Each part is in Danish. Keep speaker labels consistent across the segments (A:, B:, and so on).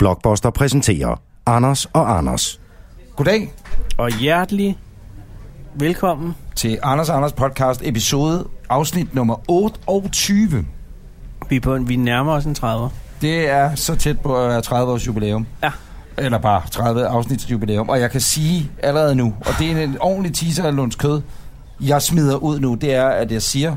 A: Blockbuster præsenterer Anders og Anders.
B: Goddag
C: Og hjertelig velkommen.
B: til Anders og Anders podcast episode afsnit nummer 28.
C: Vi, er på en, vi nærmer os en 30.
B: Det er så tæt på at være 30 års jubilæum.
C: Ja.
B: Eller bare 30 afsnits jubilæum. Og jeg kan sige allerede nu, og det er en ordentlig teaser af Lunds Kød, jeg smider ud nu, det er, at jeg siger,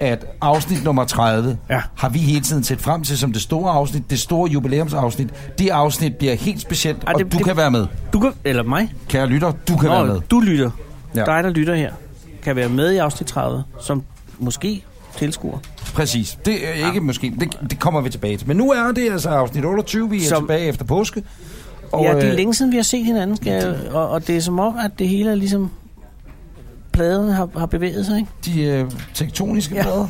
B: at afsnit nummer 30
C: Ja.
B: har vi hele tiden set frem til som det store afsnit, det store jubilæumsafsnit. Det afsnit bliver helt specielt,
C: Ej,
B: og
C: det-
B: du
C: det-
B: kan være med.
C: Du kan, eller mig.
B: Kære lytter, du kan være med.
C: du lytter.
B: Ja.
C: Ja. Dig, der lytter her, kan være med i afsnit 30, som måske tilskuer.
B: Præcis. Det er ikke ja. måske. Det, det kommer vi tilbage til. Men nu er det altså afsnit 28. Vi er Som...
C: Som-
B: tilbage efter påske.
C: Og ja, det er
B: øh,
C: længe siden, vi har set hinanden, skal jeg, og, og det er som om, at det hele er ligesom... Pladerne har, har bevæget sig, ikke?
B: de øh, tektoniske ja.
C: Ja.
B: plader.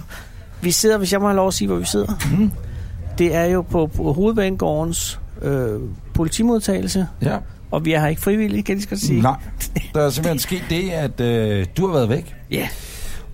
C: Vi sidder, hvis jeg må have lov at sige, hvor vi sidder.
B: Mm.
C: Det er jo på, på Hovedbanegårdens øh, politimodtagelse,
B: Ja.
C: og vi er her ikke frivillige, kan jeg lige så godt sige.
B: Nej. Der er simpelthen sket det, at øh, du har været væk.
C: Ja,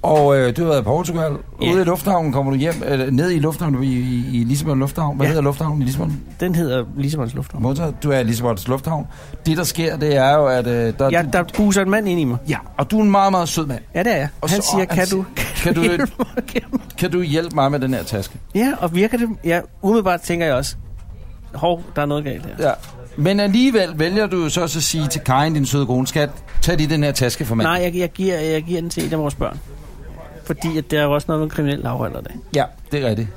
B: Og øh, du har været i Portugal.
C: Ja.
B: Yeah. Ude i lufthavnen kommer du hjem. Øh, ned i lufthavnen i, i, i Lissabon Lufthavn. Hvad
C: Ja.
B: yeah. hedder lufthavnen i Lissabon?
C: den hedder Lisabons Lufthavn.
B: Modtaget. Du er i Lissabons Lufthavn. Det, der sker, det er jo, at... Øh, der,
C: Ja, der buser en mand ind i mig.
B: ja, og du er en meget, meget sød mand.
C: Ja, det er jeg.
B: Og
C: Og han
B: så-
C: siger,
B: og han
C: kan, du,
B: siger, kan du-
C: hjælpe mig igennem?"
B: Kan du hjælpe mig med den her taske?
C: Ja, og virker det... Ja, umiddelbart tænker jeg også, hov, der er noget galt her.
B: Ja. Men alligevel vælger du jo så også at sige til Karin, din søde kone, skat, tag lige den her taske for mig.
C: Nej, jeg, jeg, giver, jeg giver den til en af vores børn. Fordi at der er jo også noget med kriminel lavalder det.
B: Ja, det er rigtigt.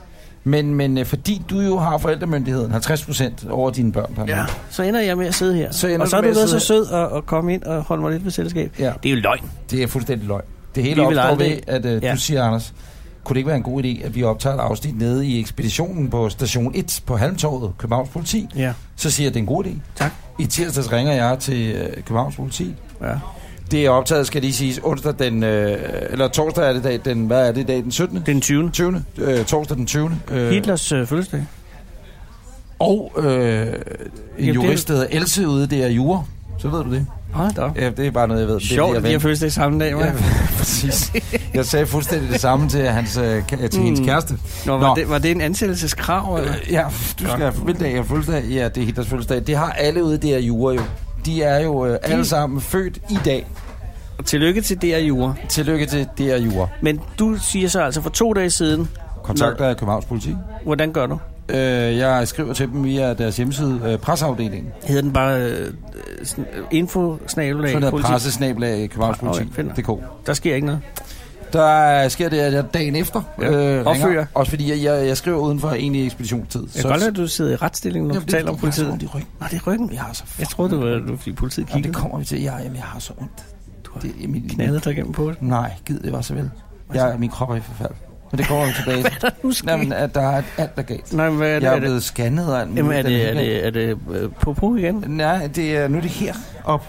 B: Men, men øh, fordi du jo har forældremyndigheden, 50 procent over dine børn, Pernille.
C: Ja. Så ender jeg med at sidde her.
B: Så ender
C: og så
B: du
C: er
B: med at
C: du været så
B: sidde
C: sød at, at komme ind og holde mig lidt ved selskab.
B: Ja.
C: Det er jo løgn.
B: det er fuldstændig løgn. Det hele
C: Vi vil
B: opstår
C: aldrig-
B: ved, at øh, ja.
C: Ja.
B: du siger, Anders, kunne det ikke være en god idé, at vi optager et afsnit nede i ekspeditionen på station 1 på Halmtorvet, Københavns Politi?
C: Ja.
B: Så siger jeg, at det er en god idé.
C: Tak.
B: I tirsdags ringer jeg til øh, Københavns Politi.
C: Ja.
B: Det er optaget, skal lige siges, onsdag den, øh, eller torsdag er det dag, den, hvad er det i dag, den 17.
C: Det er den 20.
B: 20. Øh, torsdag den 20. Øh,
C: Hitlers øh, fødselsdag.
B: Og øh, en
C: Jamen,
B: jurist, der hedder Else ude, det er jure. Så ved du det.
C: Hold da. op.
B: Ja, det er bare noget, jeg ved.
C: Sjovt, at
B: det,
C: de
B: jeg
C: har fødselsdag samme dag,
B: ja,
C: ja.
B: præcis. Jeg sagde fuldstændig det samme til, hans, øh, ka- til mm. hendes
C: Mm.
B: kæreste.
C: Nå, var,
B: Nå.
C: Det, var det en ansættelseskrav? Eller?
B: Øh, ja, du skal have fødselsdag, jeg har fødselsdag. Ja, det er Hitlers fødselsdag. Det har alle ude, det er jure jo. De er jo øh, alle sammen født i dag.
C: Og Tillykke til DR Jura.
B: Tillykke til DR Jure.
C: Men du siger så altså for to dage siden,
B: Kontakter af Københavns Politi.
C: hvordan gør du?
B: Øh, jeg skriver til dem via deres hjemmeside, øh, presseafdelingen.
C: Hedder den bare øh, info
B: Så hedder pressesnablag Københavns
C: Nå, ja,
B: Politi.
C: fint nok.
B: DK.
C: Der sker ikke noget.
B: Der sker det, at jeg dagen efter
C: Ja.
B: øh, ringer.
C: Opfører.
B: Også fordi jeg, jeg, jeg skriver uden for egentlig ekspeditionstid.
C: Jeg kan godt lide, at du sidder i retsstillingen, når
B: Jamen,
C: du
B: det-
C: taler
B: jeg
C: om
B: har så ondt
C: politiet.
B: i ryggen.
C: Nej, det er ryggen.
B: Jeg har så
C: Jeg troede, det var, det var fordi politiet
B: Jamen,
C: kiggede.
B: det kommer vi til. Jeg, jamen, jeg har så ondt.
C: Du har
B: Det er min,
C: knaldet dig igennem på det.
B: Nej, gid det var så vel. Jeg, min krop er i forfald. Men det kommer vi tilbage til.
C: Nu skal
B: Jamen, at der er alt, der er galt.
C: Nej, men hvad er det?
B: Jeg
C: Er
B: er
C: det,
B: blevet scannet og alt muligt.
C: jamen, er
B: Den
C: det, er
B: her-
C: det, er det, øh, på på igen?
B: Nej, det er, nu er det her op.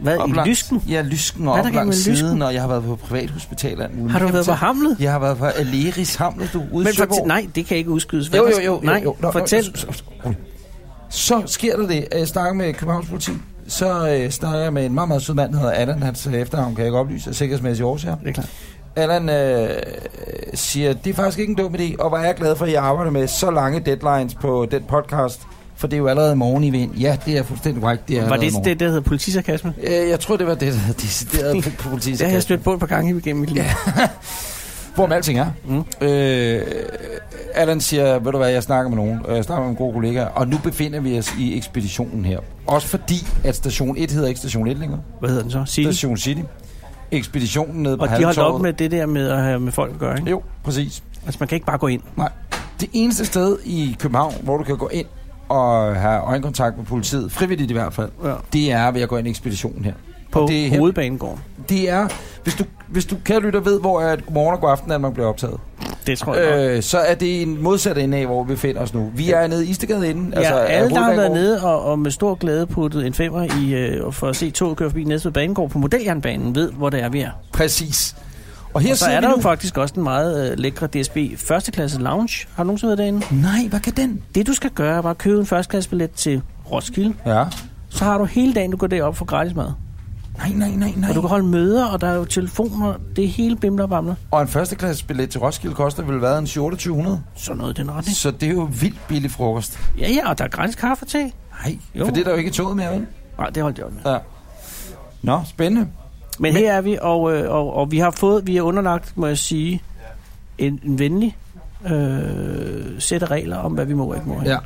C: Hvad,
B: op
C: i
B: langs-
C: lysken?
B: Ja, lysken og
C: Hvad er
B: op
C: der galt
B: langs
C: med lysken?
B: siden, og jeg har været på privathospital. og alt muligt.
C: Har du
B: Jamen,
C: været
B: så-
C: på hamlet?
B: Jeg har været på Aleris Hamlet, du, ude i
C: Men fortæl,
B: Søborg.
C: nej, det kan ikke udskydes. Hvad
B: Jo,
C: der
B: jo,
C: sk-
B: jo.
C: Nej,
B: jo, jo. Nå,
C: fortæl.
B: øh, så- så- rolig. Så sker der det, at jeg snakker med Københavns politi. Så øh, snakker jeg med en meget, meget sød mand, der hedder Allan. Hans øh, efternavn kan jeg ikke oplyse af sikkerhedsmæssige årsager.
C: Det er klart.
B: Allan øh, siger, det er faktisk ikke en dum idé, og var jeg glad for, at jeg arbejder med så lange deadlines på den podcast, for det er jo allerede i morgen, I vind. Ja, det er fuldstændig korrekt, det er
C: Var
B: allerede
C: det
B: i morgen.
C: det, der hedder politisarkasme?
B: Øh, jeg tror, det var det, der decideret på- på politiet.
C: Det har jeg stødt på et par gange igennem mit liv.
B: Hvorom alting er. Mm.
C: Mm.
B: Øh, Allan siger, ved du hvad, jeg snakker med nogen. Øh, Jeg snakker med en god kollega. Og nu befinder vi os i ekspeditionen her. Også fordi, at station 1 hedder ikke station 1 længere.
C: Hvad hedder den så? Sige.
B: Station City. Ekspeditionen nede på
C: Og de holdt
B: Halmtorvet.
C: op med det der med at have med folk at gøre, ikke?
B: Jo, præcis.
C: Altså, man kan ikke bare gå ind.
B: Nej. Det eneste sted i København, hvor du kan gå ind og have øjenkontakt med politiet, frivilligt i hvert fald,
C: Ja.
B: det er ved at gå ind i ekspeditionen her.
C: På
B: Og det er
C: det
B: hen-
C: hovedbanegården.
B: Det er, hvis du, hvis du kan lytte og ved, hvor er at morgen og god aften, at man bliver optaget.
C: Det tror jeg øh,
B: Øh, så er det en modsat ende af, hvor vi befinder os nu. Vi er nede i Istegade inden.
C: Altså, ja, alle, der har været
B: Hovedbanegården.
C: nede og, og med stor glæde puttet en femmer i, øh, for at se toget køre forbi Næstved Banegård på modeljernbanen, ved, hvor det er, vi er.
B: Præcis. Og her
C: Og så
B: sidder
C: er
B: vi
C: der jo
B: nu.
C: faktisk også den meget øh, lækre DSB førsteklasse lounge. Har du nogensinde været derinde?
B: Nej, hvad kan den?
C: Det, du skal gøre, er bare købe en førsteklassbillet til Roskilde.
B: Ja.
C: Så har du hele dagen, du går derop for gratis mad.
B: Nej, nej, nej, nej.
C: Og du kan holde møder, og der er jo telefoner. Det hele bimler og bamler.
B: Og en førsteklassesbillet til Roskilde koster vel været en 2800.
C: Sådan noget i den retning.
B: Så det er jo vildt billig frokost.
C: Ja, ja, og der er gratis kaffe til.
B: Nej,
C: Jo.
B: jo. for det er der jo ikke i toget mere, vel?
C: Nej, det holdt jeg op med.
B: Ja. Nå, spændende.
C: Men her er vi, og, øh, og, og vi har fået, vi er underlagt, må jeg sige, en, en venlig øh, sæt af regler om, hvad vi må og ikke må.
B: Ja.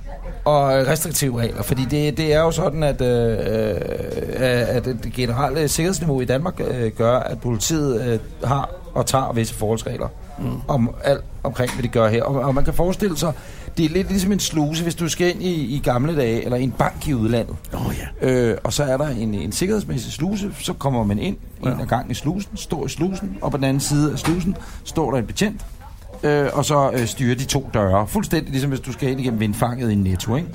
B: Og øh, restriktive regler, fordi det, det er jo sådan, at, øh, øh, at det generelle sikkerhedsniveau i Danmark øh, gør, at politiet øh, har og tager visse forholdsregler mm. om alt omkring, hvad de gør her. Og, og man kan forestille sig, det er lidt ligesom en sluse, hvis du skal ind i, i gamle dage, eller i en bank i udlandet.
C: Åh oh, ja.
B: Øh, og så er der en, en sikkerhedsmæssig sluse, så kommer man ind, ja. en af gangen i slusen, står i slusen, og på den anden side af slusen står der en betjent, øh, og så øh, styrer de to døre. Fuldstændig ligesom hvis du skal ind igennem vindfanget i en netto, ikke?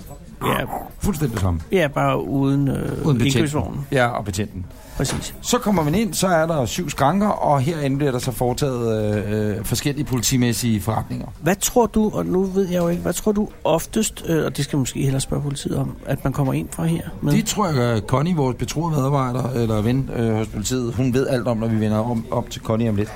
C: Ja,
B: Fuldstændig det samme.
C: ja bare uden, øh, uden indkøbsvognen.
B: Ja, og betjenten.
C: Præcis.
B: Så kommer man ind, så er der syv skranker, og herinde bliver der så foretaget øh, øh, forskellige politimæssige forretninger.
C: Hvad tror du, og nu ved jeg jo ikke, hvad tror du oftest, øh, og det skal jeg måske hellere spørge politiet om, at man kommer ind fra her med?
B: Det tror jeg, at Connie, vores betroede medarbejder, eller ven øh, hos politiet, hun ved alt om, når vi vender om, op til Connie om lidt.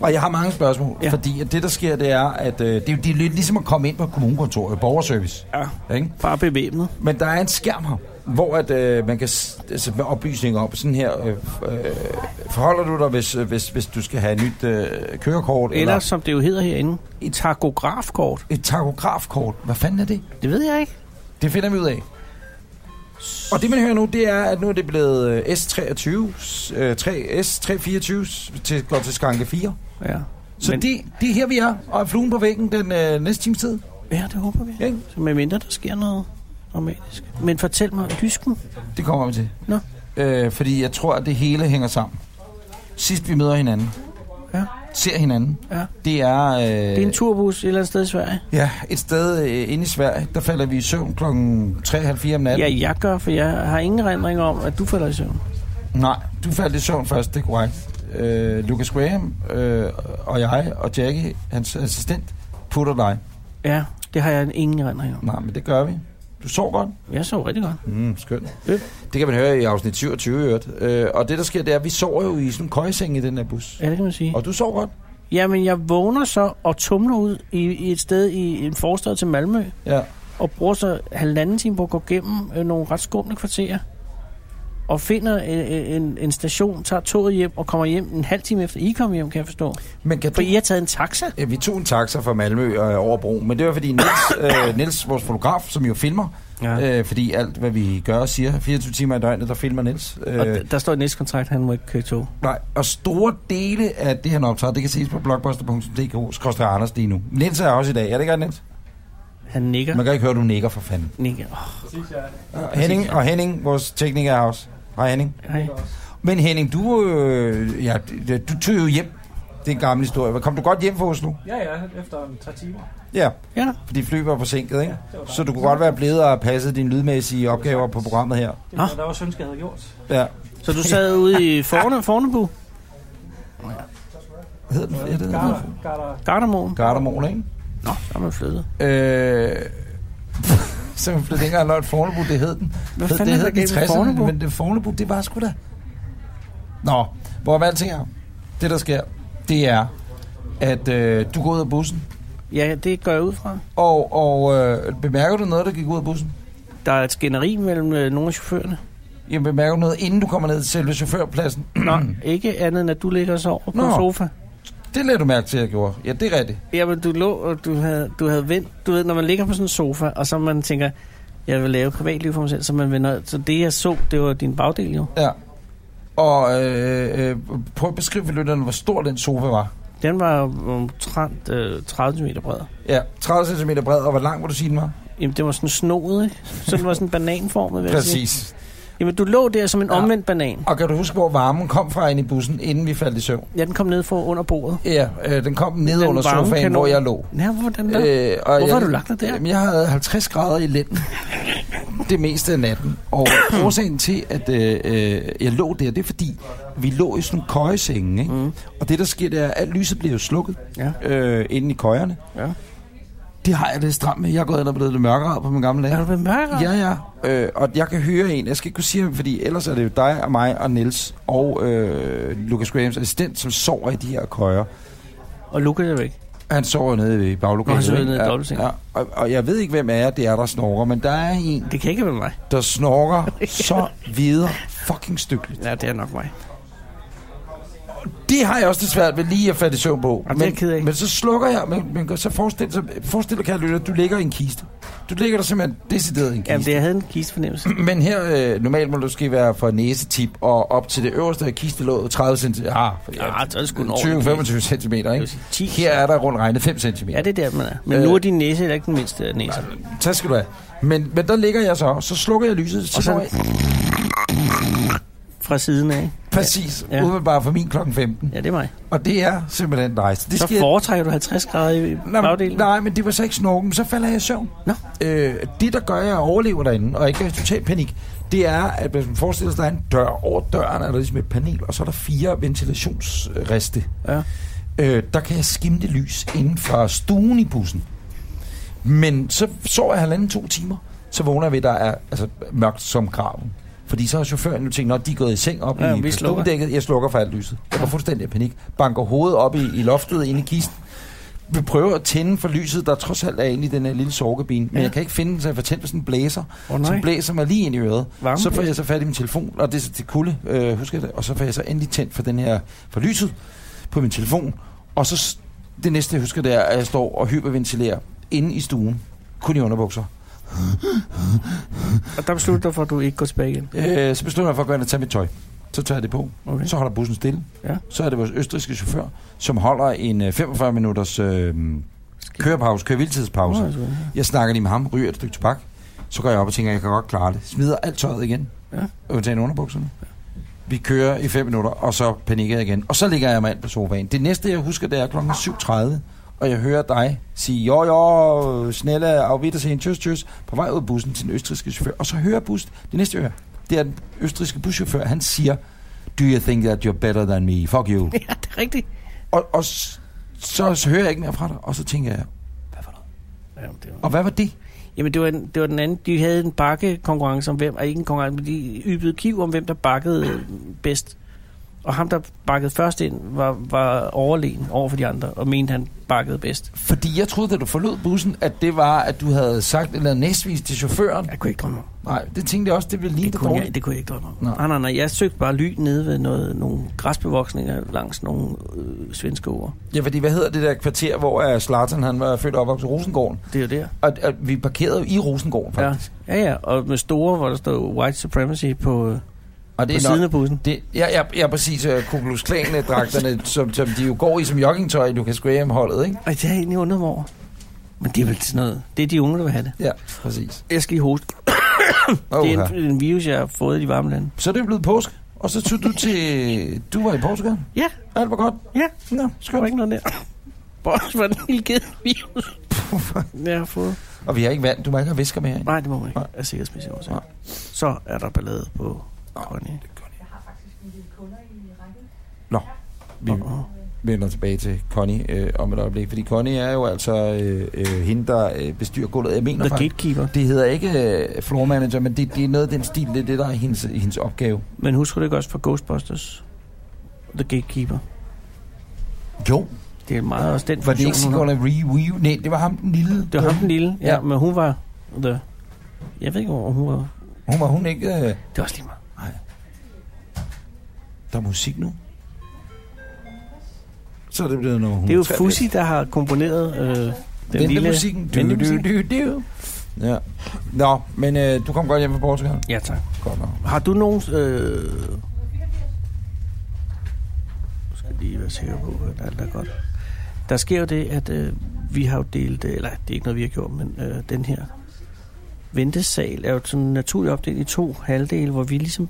B: Og jeg har mange spørgsmål,
C: Ja.
B: ja. fordi at det, der sker, det er, at øh, det, er jo- det er lidt ligesom at komme ind på kommunekontoret, borgerservice.
C: Ja,
B: Ikke?
C: bare bevæbnet.
B: Men der er en skærm her, hvor at, øh, man kan s- altså, med oplysninger om sådan her, øh, øh, forholder du dig, hvis, øh, hvis, hvis du skal have et nyt øh, kørekort, eller,
C: Eller
B: eller
C: som det jo hedder herinde, et takografkort.
B: et takografkort. Hvad fanden er det?
C: Det ved jeg ikke.
B: Det finder vi ud af. Og det man hører nu, det er, at nu er det blevet øh, S23, øh, 3, S324 til, går til skranke 4.
C: Ja.
B: Så
C: Men-
B: Men... det, det er her, vi er, og er fluen på væggen den øh, næste times tid.
C: Ja, det håber vi.
B: Ja, ikke?
C: Så med mindre, der sker noget dramatisk. Men fortæl mig om lysken.
B: Det kommer vi til.
C: Nå.
B: Øh, fordi jeg tror, at det hele hænger sammen. Sidst vi møder hinanden,
C: Ja.
B: ser hinanden,
C: Ja.
B: det er... Øh,
C: Det er en turbus et eller andet sted i Sverige.
B: Ja, et sted øh, inde i Sverige, der falder vi i søvn kl. 3.30 om natten.
C: Ja, jeg gør, for jeg har ingen rendring om, at du falder i søvn.
B: Nej, du faldt i søvn først, det er korrekt. Øh, Lucas Graham øh, og jeg og Jackie, hans assistent, putter dig.
C: Ja, det har jeg ingen rendring om.
B: Nej, men det gør vi. Du sov godt.
C: Jeg sov rigtig godt.
B: Mm, skønt.
C: Øh.
B: Det kan man høre i afsnit 27 i øvrigt. Øh, og det, der sker, det er, at vi sover jo i sådan en køjeseng i den her bus.
C: Ja, det kan man sige.
B: Og du sov godt.
C: Jamen, jeg vågner så og tumler ud i, i et sted i en forstad til Malmø,
B: Ja.
C: og bruger så halvanden time på at gå gennem øh, nogle ret skumle kvarterer, og finder øh, en, en station, tager toget hjem og kommer hjem en halv time efter I kom hjem, kan jeg forstå.
B: Men kan
C: For
B: du...
C: I har taget en taxa?
B: Ja, vi tog en taxa fra Malmø og over broen, men det var fordi Niels, øh, Niels vores fotograf, som jo filmer, ja. øh, fordi alt, hvad vi gør og siger, 24 timer i døgnet, der filmer Niels. Øh,
C: Og d- der står i næste kontrakt, han må ikke køre tog.
B: Nej, og store dele af det, han optager, det kan ses på blogbuster.dk, skrøster Anders lige nu. Niels er også i dag, er det ikke Niels?
C: Han nikker.
B: Man kan ikke høre, du nikker for fanden.
C: nikker. Oh,
B: Og Henning, og Henning, vores tekniker er også. Hej Henning.
C: hej.
B: Men Henning, du, øh, ja, du tog jo hjem. Det er en gammel historie. Kom du godt hjem fra Oslo?
D: Ja, ja, efter en tre timer.
B: Ja,
C: Ja,
B: fordi flyet var forsinket, ikke? Så du kunne godt være blevet og passet dine lydmæssige opgaver på programmet her.
D: Det
C: Nå.
D: var der også ønske, jeg havde gjort.
B: Ja.
C: så du sad ude i Forne, Fornebu,
B: Hvad hedder den? Ja, det hedder den.
D: Garder, garder.
C: Gardermoen.
B: Gardermoen, ikke?
C: Nå, så er man flyttet.
B: Øh, så jeg flyttede ikke engang Lord Fornebu, det hed den.
C: Hvad
B: Hed-
C: fanden er
B: det
C: der
B: hed den i
C: galt
B: 60'erne,
C: med Fornebu?
B: men det Fornebu, det var sgu da... Nå, hvor hvad alting er. Det, der sker, det er, at øh, du går ud af bussen,
C: Ja, det går jeg ud fra.
B: og, og øh, bemærker du noget, der gik ud af bussen?
C: Der er et skænderi mellem øh, nogle af chaufførerne.
B: Jamen, bemærker du noget, inden du kommer ned til selve chaufførpladsen?
C: Nå, ikke andet end, at du ligger og sover på
B: Nå.
C: en sofa.
B: Det lader du mærke til, at jeg gjorde. Ja, det er rigtigt.
C: Jamen, du lå, og du havde, du havde vendt. Du ved, når man ligger på sådan en sofa, og så man tænker, jeg vil lave privatliv for mig selv, så man vender. Så det, jeg så, det var din bagdel jo.
B: Ja. Og øh, øh, prøv at beskrive for lytterne, hvor stor den sofa var.
C: Den var omtrent øh, 30 meter bred.
B: Ja, 30 cm bred, og hvor lang må du sige, den var?
C: Jamen, det var sådan snoet, ikke? Så den var sådan bananformet, vil jeg sige.
B: Præcis.
C: Jamen, du lå der som en
B: Ja.
C: omvendt banan.
B: Og kan du huske, hvor varmen kom fra ind i bussen, inden vi faldt i søvn?
C: Ja, den kom ned for under bordet.
B: Ja, øh, den kom ned
C: Den
B: under
C: varme
B: sofaen,
C: kanon.
B: hvor jeg lå.
C: Ja, hvordan der? Øh,
B: Øh, og
C: Hvorfor
B: jeg,
C: har du lagt dig der?
B: Jamen, jeg havde 50 grader i lænden det meste af natten. Og årsagen til, at øh, øh, jeg lå der, det er fordi, vi lå i sådan nogle køjesenge. Ikke? Mm. Og det, der sker, det er, at alt lyset bliver jo slukket
C: Ja.
B: øh, inde i køjerne.
C: Ja.
B: Det har jeg det stramt med. Jeg er gået ind og blevet lidt mørkere på min gamle
C: er
B: lærer.
C: du blevet mørkere?
B: Ja, ja. Øh, og jeg kan høre en. Jeg skal ikke kunne sige ham, fordi ellers er det jo dig og mig og Niels og øh, Lucas Grahams assistent, som sover i de her køjer.
C: Og Lukas er væk.
B: Han sover nede i baglokalet.
C: Nå, han sover
B: ikke?
C: nede i
B: Ja,
C: dobbeltsengen.
B: Ja, og, og jeg ved ikke, hvem af jer det er, der snorker, men der er en,
C: Det kan ikke være mig.
B: der snorker så videre fucking stykkeligt.
C: Ja, det er nok mig.
B: Det har jeg også det svært ved lige at fatte i søvn på.
C: Jamen, det er jeg ked af.
B: men så slukker jeg, men, men så forestil, så forestil dig, kan lytte, at du ligger i en kiste. Du ligger der simpelthen decideret i en kiste.
C: Jamen, det, jeg havde en kistefornemmelse.
B: Men her, øh, normalt må du måske være fra næsetip og op til det øverste af kistelåget 30 cm. Ah,
C: Ja, så er det sgu en ordentlig næse.
B: 20-25 cm,
C: Det vil
B: ikke?
C: sige 10.
B: Her er der rundt regnet 5 cm.
C: Ja, det er der, man er. Men
B: Øh.
C: nu er din næse heller ikke den mindste af næse.
B: Så skal du have. Men, men der ligger jeg så, så slukker jeg lyset, så,
C: Og så-
B: så jeg
C: Fra siden af.
B: præcis ja.
C: Ja.
B: umiddelbart for min klokken 15.
C: Ja, det er mig.
B: Og det er simpelthen nice. Det
C: Så
B: jeg-
C: foretrækker du 50 grader i
B: Nej, men-
C: bagdelen.
B: nej, men det var så ikke snorken, så falder jeg i søvn.
C: Nå.
B: Øh, det, der gør, at jeg overlever derinde, og ikke er i total panik, det er, at hvis man forestiller sig, at der er en dør over døren, er der ligesom et panel, og så er der fire ventilationsreste.
C: Ja.
B: Øh, der kan jeg skimte lys inden fra stuen i bussen. Men så sover jeg halvanden to timer, så vågner jeg ved, at der er altså, mørkt som graven. Fordi så har chaufføren jo tænkt, at de er gået i seng op
C: Ja,
B: ja,
C: vi
B: i
C: slukker."
B: stuedækket. Jeg slukker for alt lyset. Jeg går fuldstændig i panik. Banker hovedet op i, i loftet inde i kisten. Vi prøver at tænde for lyset, der trods alt er inde i den her lille sovekabine. Men
C: Ja.
B: jeg kan ikke finde den, så jeg får tændt for sådan en blæser.
C: Åh, nej.
B: som blæser mig lige ind i øret.
C: Varme
B: Så får
C: blæser.
B: jeg så fat i min telefon, og det er så til kulde, øh, husker jeg det. Og så får jeg så endelig tændt for den her, for lyset på min telefon. Og så s- det næste, jeg husker, det er, at jeg står og hyperventilerer inde i stuen. Kun i underbukser.
C: Og der beslutter du for, at du ikke går tilbage igen.
B: Øh, så beslutter jeg mig for at gå ind og tage mit tøj. Så tager jeg det på.
C: Okay.
B: Så holder bussen stille.
C: Ja.
B: Så er det vores østrigske chauffør, som holder en øh, 45-minutters øh, kørepause, kørevildtidspause.
C: Nå, altså, ja.
B: Jeg snakker lige med ham, ryger et stykke tobak. Så går jeg op og tænker, at jeg kan godt klare det. Smider alt tøjet igen.
C: Ja.
B: Undtagen underbukserne. Vi kører i 5 minutter, og så panikker jeg igen. Og så ligger jeg mig ind på sofaen. Det næste, jeg husker, det er kl. 7.30. Og jeg hører dig sige, jo, jo, snelle, og vidt at se en tjøs, tjøs, på vej ud af bussen til den østrigske chauffør. Og så hører jeg bussen, det næste jeg hører, det er den østrigske buschauffør, han siger, do you think that you're better than me? Fuck you.
C: ja, det er rigtigt.
B: og, og s- så, så hører jeg ikke mere fra dig, og så tænker jeg,
C: Jamen, det var...
B: og hvad var det?
C: Jamen, det var, en, det var den anden. De havde en bakkekonkurrence om hvem, og ikke en konkurrence, men de ybede kiv om, hvem der bakkede øh, bedst. Og ham, der bakkede først ind, var, var overlegen over for de andre, og mente, han bakkede bedst.
B: Fordi jeg troede, da du forlod bussen, at det var, at du havde sagt eller næsvis til chaufføren.
C: Jeg kunne ikke drømme om.
B: Nej, det tænkte jeg også, det ville lige
C: Det
B: det
C: kunne, jeg,
B: dårligt.
C: det kunne jeg ikke drømme om.
B: Nå.
C: Nej, nej, nej. Jeg søgte bare ly nede ved noget, nogle græsbevoksninger langs nogle øh, svenske ord.
B: Ja, fordi hvad hedder det der kvarter, hvor Slartan han var født og opvokset i Rosengården?
C: Det er jo der.
B: Og, og vi parkerede jo i Rosengården,
C: Ja.
B: faktisk.
C: ja, ja. Og med store, hvor der stod white supremacy på, øh,
B: Ja. Og det
C: på
B: er
C: siden
B: nok,
C: af bussen.
B: det, ja, ja, ja, præcis. øh, Ku Klux Klan dragterne, som, som de jo går i som joggingtøj, du kan skrive om holdet, ikke?
C: Og det har jeg egentlig undret mig over. Men det er vel sådan noget. Det er de unge, der vil have det.
B: Ja, præcis.
C: Jeg skal lige hoste.
B: Oh,
C: Det er en, en virus, jeg har fået i de varme lande.
B: Så er det jo blevet påske. Og så tog du til... Du var i Portugal.
C: Ja,
B: Alt var godt.
C: ja.
B: Nå,
C: Der var
B: skønt.
C: ikke noget der. Boris var den helt kede virus. jeg har fået.
B: Og vi har ikke vand. Du må ikke have væsker med herinde.
C: Nej, det må man ikke.
B: Nej.
C: Af sikkerhedsmæssige årsager.
B: Nej.
C: Så er der ballade på Connie.
B: Vi vender tilbage til Connie øh, om et øjeblik. Fordi Connie er jo altså øh, øh, hende, der øh, bestyrer gulvet. Jeg mener
C: The
B: faktisk,
C: Gatekeeper.
B: det hedder ikke øh, floor manager, men det, det er noget af den stil. Det er det, der er hendes, hendes opgave.
C: Men husker du ikke også fra Ghostbusters? The Gatekeeper.
B: Jo.
C: Det er meget også den
B: Var det
C: funktion,
B: ikke
C: hun har.
B: Sigourney Reeve? Nej, det var ham den lille.
C: Det var ham den lille. Ja,
B: Ja.
C: men hun var... The... Jeg ved ikke, hvor hun var...
B: Hun var hun ikke... Øh,
C: Det var også lige meget.
B: der er musik nu. Så er det blevet nummer 100.
C: Det er jo Fuzzy, der har komponeret øh, den lille...
B: musikken. Du, du,
C: ventemusikken.
B: du, du. Ja. Nå, men øh, du kom godt hjem fra Portugal.
C: Ja, tak.
B: Godt nok.
C: Har du nogen... Øh... Jeg skal lige være sikker på, at alt er godt. Der sker jo det, at øh, vi har jo delt... øh, Eller det er ikke noget, vi har gjort, men øh, den her ventesal er jo sådan naturligt opdelt i to halvdele, hvor vi ligesom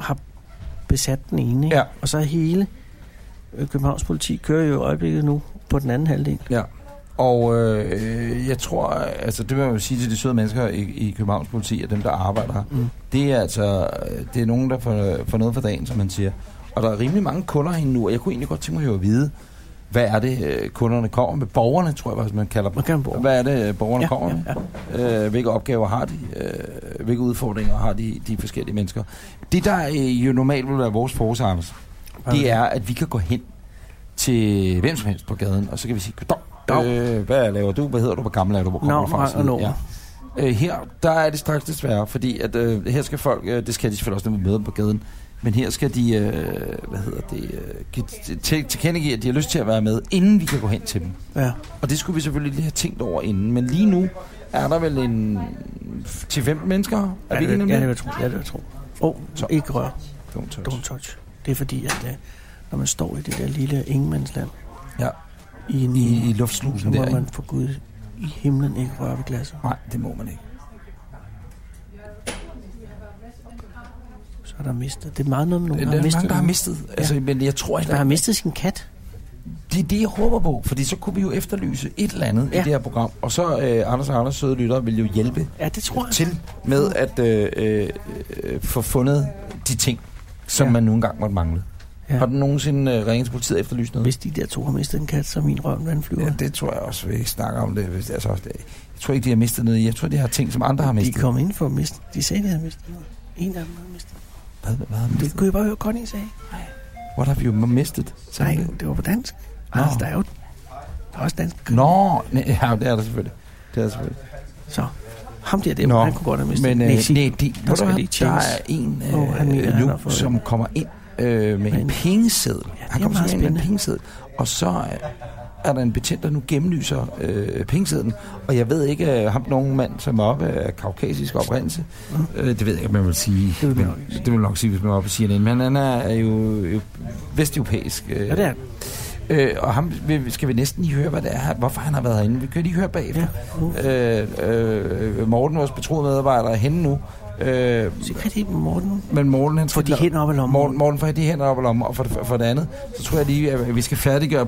C: har besat den ene. Ikke?
B: Ja.
C: Og så er hele øh, Københavns politi kører jo i øjeblikket nu på den anden halvdel.
B: Ja. Og øh, øh, jeg tror, altså det vil jeg jo sige til de søde mennesker i, i Københavns politi, og dem, der arbejder her,
C: Mm.
B: mm. det er altså, øh, det er nogen, der får, får noget for dagen, som man siger. Og der er rimelig mange kunder herinde nu, og jeg kunne egentlig godt tænke mig at vide, hvad er det, øh, kunderne kommer med? Borgerne, tror jeg faktisk, man kalder dem.
C: Man kan bo.
B: Hvad er det, øh, borgerne
C: Ja,
B: ja, kommer med? Ja, ja. Øh, hvilke opgaver har de? Øh, hvilke udfordringer har de, de forskellige mennesker? Det, der øh, jo normalt vil være vores force, Anders, det er, at vi kan gå hen til hvem som helst på gaden, og så kan vi sige, goddag,
C: Dag.
B: øh, hvad laver du, hvad hedder du, hvor gammel er du, hvor kommer
C: Navn,
B: du fra?
C: rang
B: Sådan
C: og
B: noget,
C: nummer.
B: Øh, her, der er det straks lidt sværere, fordi at, øh, her skal folk, øh, det skal de selvfølgelig også, når vi møder dem på gaden, men her skal de, øh, hvad hedder det, øh, give- til- til- tilkendegive, at de har lyst til at være med, inden vi kan gå hen til dem.
C: Ja.
B: Og det skulle vi selvfølgelig lige have tænkt over inden, men lige nu er der vel en 10-15 mennesker, er
C: Ja,
B: vi
C: det,
B: ikke
C: ja, det vil
B: enige om
C: jeg tro. Ja, det vil jeg tro. Åh,
B: Så.
C: oh, ikke rør.
B: det?
C: Don't touch. Det er fordi, at øh, når man står i det der lille ingenmandsland
B: Ja,
C: i en
B: i, i
C: så
B: luftslusen
C: må
B: der, ikke?
C: man for Gud i himlen ikke røre ved glasset.
B: Nej, det må man ikke.
C: Så er der mistet. Det er meget noget med nogen,
B: Der
C: der har
B: er
C: mistet.
B: mange, der har
C: noget.
B: mistet. Altså, ja. men jeg tror ikke,
C: Der har
B: at
C: mistet sin kat.
B: det er det, jeg håber på. Fordi så kunne vi jo efterlyse et eller andet ja.
C: Ja.
B: i det her program. Og så øh, Anders og Anders søde lyttere vil jo hjælpe
C: Ja, det tror jeg.
B: til med at øh, øh, øh, få fundet de ting, som ja.
C: Ja.
B: man nu engang måtte mangle. Ja.
C: Ja.
B: Har du nogensinde øh, ringet til politiet og efterlyst noget?
C: Hvis de der to har mistet en kat, så er min røv en flyver.
B: Ja, det tror jeg også, vi ikke snakker om det. Hvis- Altså, det- jeg tror ikke, de har mistet noget. Jeg tror, de har ting, som andre har
C: de
B: mistet.
C: kom ind for at miste. De sagde, de havde mistet noget. En af dem havde mistet. noget.
B: Hvad, hvad har
C: Det
B: mistet?
C: kunne jeg bare høre, Connie sagde.
B: What have you mistet?
C: Nej, det var på dansk.
B: Nå.
C: Altså, der er jo der er også dansk.
B: Nå, nej, ja, det er der selvfølgelig. Det er der selvfølgelig.
C: Så ham der, det
B: Nå,
C: var, han kunne godt have mistet.
B: Men øh,
C: Nej, sig.
B: nej, de, der,
C: skal
B: der,
C: lige
B: der
C: tjenes.
B: er en øh,
C: Åh, han mener, han
B: nu,
C: har fået
B: som
C: det.
B: kommer ind øh, med en
C: Men-
B: pengeseddel.
C: Ja,
B: han
C: det er
B: kommer
C: meget
B: simpelthen med en
C: spændende.
B: pengeseddel. Og så øh, er der en betjent, der nu gennemlyser øh, pengesedlen. Og jeg ved ikke, øh, ham nogen mand, som er oppe af kaukasisk oprindelse. Øh, det ved jeg ikke, om man vil sige.
C: Det vil man
B: men,
C: nok ikke
B: det vil man nok sige, hvis man er oppe og siger det. Men han er jo, jo vesteuropæisk. Øh,
C: Ja, det er han.
B: Øh, og ham vil- skal vi næsten lige høre, hvad det er, hvorfor han har været herinde. Vi kan lige høre bagefter. Ja. Øh, øh, Morten, vores betroede medarbejder, er henne nu. Øh,
C: Så hvad er det, Morten?
B: men Morten, han
C: Få de hænder op i lommen.
B: Morten, Morten får de hænder op i lommen. Og for, det- for det andet, så tror jeg lige, at vi skal færdiggøre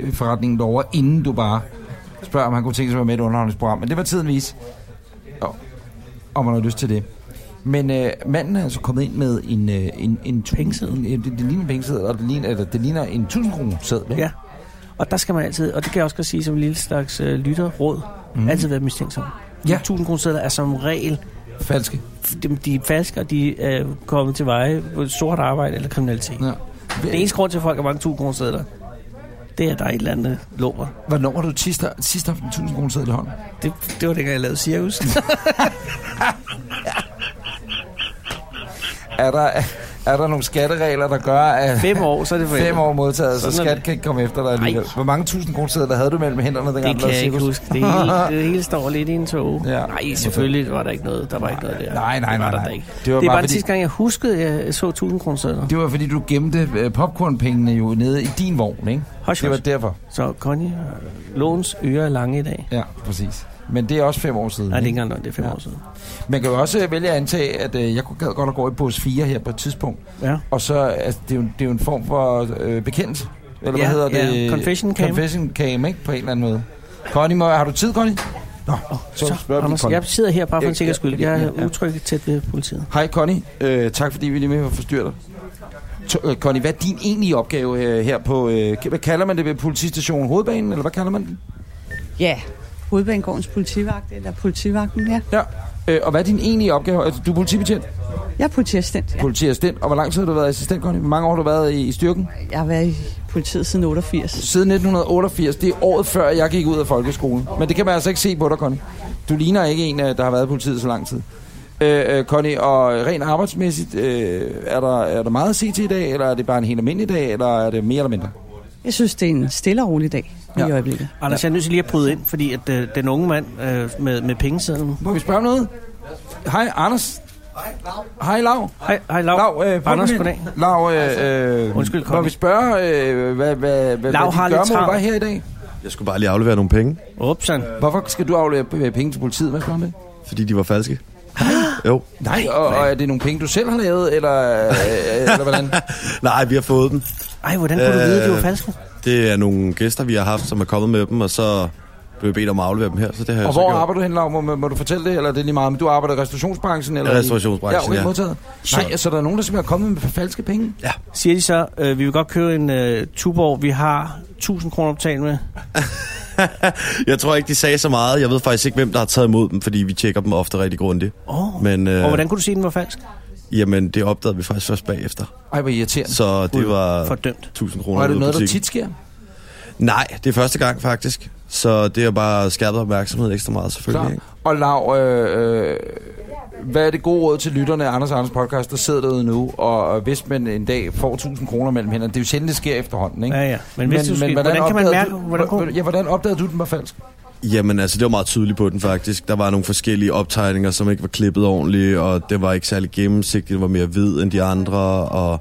B: politiforretningen derovre, inden du bare spørger, om han kunne tænke sig at være med i et underholdningsprogram. Men det var tiden vis, og, om man har lyst til det. Men øh, manden er altså kommet ind med en... Øh, en, en tu-
C: Pengeseddel.
B: En, det, det ligner en pengeseddel, og det ligner, eller, det ligner en 1000 kroner seddel. ikke?
C: Ja. Og der skal man altid, og det kan jeg også godt sige som en lille slags øh, lytterråd, mm. altid være mistænksom.
B: Mhm. Ja.
C: Ja. 1000 kroner sedler er som regel,
B: Falske.
C: f- dem- de er falske, og de er kommet til veje på sort arbejde eller kriminalitet. Ja.
B: Ja.
C: Det eneste grund til, at folk har mange 1000 kroner sedler, det er, at der er et eller andet lover.
B: Hvornår var du sidste, sidste aften 1000 kroner sædel i hånden?
C: Det, det var dengang, jeg lavede cirkus.
B: Er der, er der nogle skatteregler, der gør, at
C: Fem år, så er det for
B: fem år modtaget, så
C: Sådan er
B: skat
C: det.
B: kan ikke komme efter dig alligevel? Hvor mange 1000 kroner sædler havde du mellem hænderne, dengang
C: Det
B: du
C: kan
B: lavede
C: jeg ikke
B: cirkus?
C: huske. Det hele, det hele står lidt i en tog.
B: Ja.
C: Ja. Nej, selvfølgelig var der ikke noget. Der var ikke noget der.
B: Nej, nej,
C: Det
B: nej,
C: var der
B: nej.
C: da ikke.
B: Det var
C: Det var det er
B: bare
C: bare, den
B: fordi-
C: sidste gang, jeg huskede, jeg så 1000 kroner sædler.
B: Det var fordi, du gemte øh, popcornpengene jo nede i din vogn, ikke?
C: Hush,
B: det var
C: hush.
B: derfor.
C: Så Connie, øh, låns ører er lange i dag.
B: Ja, præcis. Men det er også fem år siden.
C: Nej, det
B: ikke?
C: er ikke engang løgn, det er fem
B: Mhm. Ja.
C: ja. år siden.
B: Man kan jo også øh, vælge at antage, at øh, jeg kunne gad godt at gå i bås 4 her på et tidspunkt.
C: Ja.
B: Og så, altså, det er jo, det er jo en form for øh, bekendt. Eller
C: Ja,
B: hvad hedder
C: ja,
B: det?
C: confession cam.
B: Confession cam, ikke? På en eller anden måde. Connie, må, har du tid, Connie? Nå, så, så spørger vi
C: Anders,
B: Connie.
C: jeg sidder her bare for
B: Ja,
C: en sikkerheds
B: ja,
C: skyld.
B: ja,
C: Jeg
B: ja.
C: er utryg tæt ved politiet.
B: Hej Connie, øh, tak fordi vi lige med har forstyrret dig. To, øh, Connie, hvad er din egentlige opgave øh, her på, øh, hvad kalder man det ved politistationen Hovedbanen, eller hvad kalder man den?
E: Ja, Hovedbanegårdens politivagt, eller politivagten, ja.
B: Ja. Øh, og hvad er din egentlige opgave? Altså, du er politibetjent,
E: Jeg er politiassistent.
B: ja. politiassistent, og hvor lang tid har du været assistent, Connie? Hvor mange år har du været i, i styrken?
E: Jeg har været i politiet siden 88.
B: Siden 1988, det er året før jeg gik ud af folkeskolen. Men det kan man altså ikke se på dig, Connie. Du ligner ikke en, øh, der har været i politiet så lang tid. Øh, øh, Connie, og rent arbejdsmæssigt, øh, er, der, er der meget at se til i dag, eller er det bare en helt almindelig dag, eller er det mere eller mindre?
E: Jeg synes, det er en stille og rolig dag ja.
B: Ja.
E: i øjeblikket.
C: Anders, Altså, jeg er nødt til lige at bryde ind, fordi at, øh, den unge mand øh, med, med pengesedlen...
B: Må vi spørge om noget? Hej, Anders. Hej, Lav.
C: Hej, hej Lav.
B: Lav, øh, prøv
C: Anders,
B: lige-
C: goddag. Altså,
B: Lav, øh, øh,
C: Undskyld,
B: må
C: Connie.
B: vi spørge, øh, hvad, hvad, hvad,
C: Lav har
B: hvad
C: lidt
B: dit gørmål
C: travlt.
B: var
C: Øh.
B: her i dag?
F: Jeg skulle bare lige aflevere nogle penge,
C: Upsan.
B: Hvorfor skal du aflevere p- penge til politiet? Hvad skal du om det?
F: fordi de var falske. jo.
B: Nej, og, og er det nogle penge, du selv har lavet, eller, øh, eller hvordan?
F: Nej, vi har fået dem.
C: Ej, hvordan kunne du vide, at det var
F: Øh,
C: falske?
F: Det er nogle gæster, vi har haft, som er kommet med dem, og så blev jeg bedt om at aflevere dem her, så det
B: Og
C: Altså,
F: har jeg
B: hvor
F: så gjort.
B: arbejder du hen, Lav? Må, må du fortælle det, eller er det lige meget? Men du arbejder i restaurationsbranchen? Eller i-
F: Restaurationsbranchen,
B: ja. Okay,
F: ja.
B: modtaget. Nej, så der er nogen, der simpelthen er kommet med falske penge?
F: Ja,
C: Siger de så, øh, vi vil godt købe en øh, Tuborg, vi har 1000 kroner optalt med.
F: jeg tror ikke, de sagde så meget. Jeg ved faktisk ikke, hvem der har taget imod dem, fordi vi tjekker dem ofte rigtig grundigt.
C: Åh, oh.
F: Men, øh,
C: og hvordan kunne du sige, at den var falsk?
F: Jamen, det opdagede vi faktisk først bagefter.
B: Ej, hvor irriterende.
F: Så det var
C: Fordømt.
F: 1000 kroner.
B: Og er
F: ud
B: det
F: af
B: noget, der
F: butikken.
B: tit sker?
F: Nej, det er første gang faktisk. Så det er bare skærpet opmærksomhed ekstra meget selvfølgelig.
B: Klar.
F: Ikke?
B: Og Lav, øh, øh, hvad er det gode råd til lytterne af Anders og Anders podcast, der sidder derude nu, og hvis man en dag får 1000 kroner mellem hænderne, det er jo sjældent, det sker efterhånden, ikke?
C: Ja, ja. Men, hvis men, du skal, men hvordan, hvordan kan man
B: opdagede
C: mærke,
B: du,
C: hvordan kunne,
B: ja, hvordan opdagede du, den var falsk?
F: Jamen altså, det var meget tydeligt på den faktisk. Der var nogle forskellige optegninger, som ikke var klippet ordentligt, og det var ikke særlig gennemsigtigt, det var mere hvid end de andre, og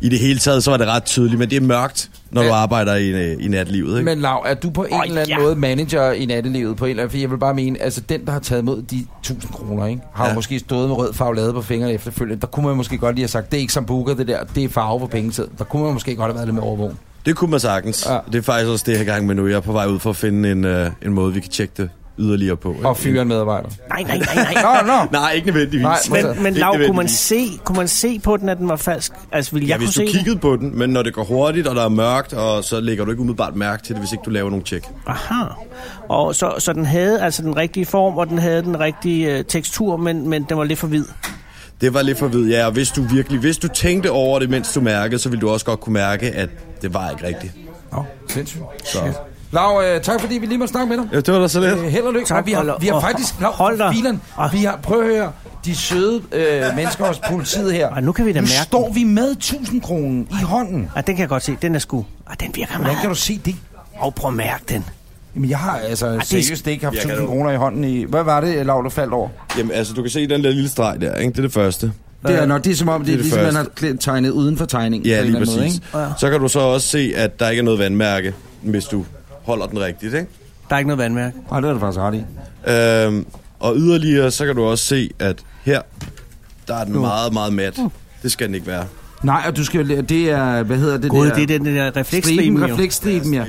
F: i det hele taget, så var det ret tydeligt, men det er mørkt, når
B: Men-
F: du arbejder i, i natlivet, ikke?
B: Men Lav, er du på en
C: Åh,
B: oh, eller anden
C: ja.
B: ja. måde manager i nattelivet på en eller anden? For jeg vil bare mene, altså den, der har taget mod de 1000 kroner, ikke? Har ja.
F: Ja.
B: måske stået med rød farve lavet på fingrene efterfølgende. Der kunne man måske godt lige have sagt, det er ikke sambuca, det der, det er farve på pengetid. Der kunne man måske godt have været lidt mere overvågen.
F: Det kunne man sagtens.
B: Ja.
F: Ja. Det er faktisk også det, jeg er i gang med nu. Jeg er på vej ud for at finde en, øh, en måde, vi kan tjekke det yderligere på.
B: Og fyre en medarbejder.
C: nej, nej, nej, nej.
B: Nå, nå.
F: Nej, ikke nødvendigvis.
B: Nej,
F: men,
C: Men, men
F: Ikke
C: Lav, kunne man,
F: nødvendigvis.
C: se, kunne man se på den, at den var falsk? Altså, ville
F: ja,
C: jeg kunne
F: hvis du
C: se
F: kiggede på den, men når det går hurtigt, og der er mørkt, og så lægger du ikke umiddelbart mærke til det, hvis ikke du laver nogle tjek.
C: den? Aha. Og så, så den havde altså den rigtige form, og den havde den rigtige øh, tekstur, men, men den var lidt for hvid.
F: Det var lidt for vidt, ja, og hvis du virkelig, hvis du tænkte over det, mens du mærkede, så ville du også godt kunne mærke, at det var ikke rigtigt.
B: Nå, sindssygt.
F: Så.
B: Lav, øh, tak fordi vi lige måtte snakke med dig.
F: Ja, det var da så
B: Øh,
F: lidt.
B: held og lykke.
C: Tak,
B: og vi har,
C: og-
B: vi har
C: og-
B: faktisk... Lav,
C: hold da.
B: Bilen,
C: Ah.
B: vi har, prøv at høre, de søde øh, mennesker hos politiet her.
C: Ej, nu kan vi da
B: nu
C: mærke
B: står vi med 1000 kroner i hånden.
C: Ah, den kan jeg godt se. Den er sgu. Ah, den virker
B: Hvordan kan
C: meget.
B: du se det?
C: Og prøv at mærke den.
B: Jamen, jeg har altså Ej,
C: er-
B: seriøst ikke haft
F: Jeg kan
B: 1000
F: da-
B: kroner i hånden i... Hvad var det, Lav, du faldt over?
F: Jamen, altså, du kan se den der lille streg der, ikke? Det er det første.
B: Det er, når det er som om, det,
F: Det
B: det
F: er
B: er
F: det
B: ligesom, man
F: første.
B: har kl- tegnet uden for tegningen. på
F: Ja,
B: en
F: lige
B: eller anden
F: præcis.
B: måde,
C: ikke?
F: Så kan du så også se, at der ikke er noget vandmærke, hvis du holder den rigtigt, ikke?
C: Der er ikke noget vandmærke.
B: ikke? Ej, det er du faktisk ret i.
F: Øhm, og yderligere, så kan du også se, at her, der er den meget, meget mat. Det skal den ikke være.
B: Nej, og du skal jo... læ- Det er... Hvad hedder det
C: Gud,
B: der?
C: det er den der refleksstriben,
B: Striben,
C: jo.
B: refleksstriben, ja.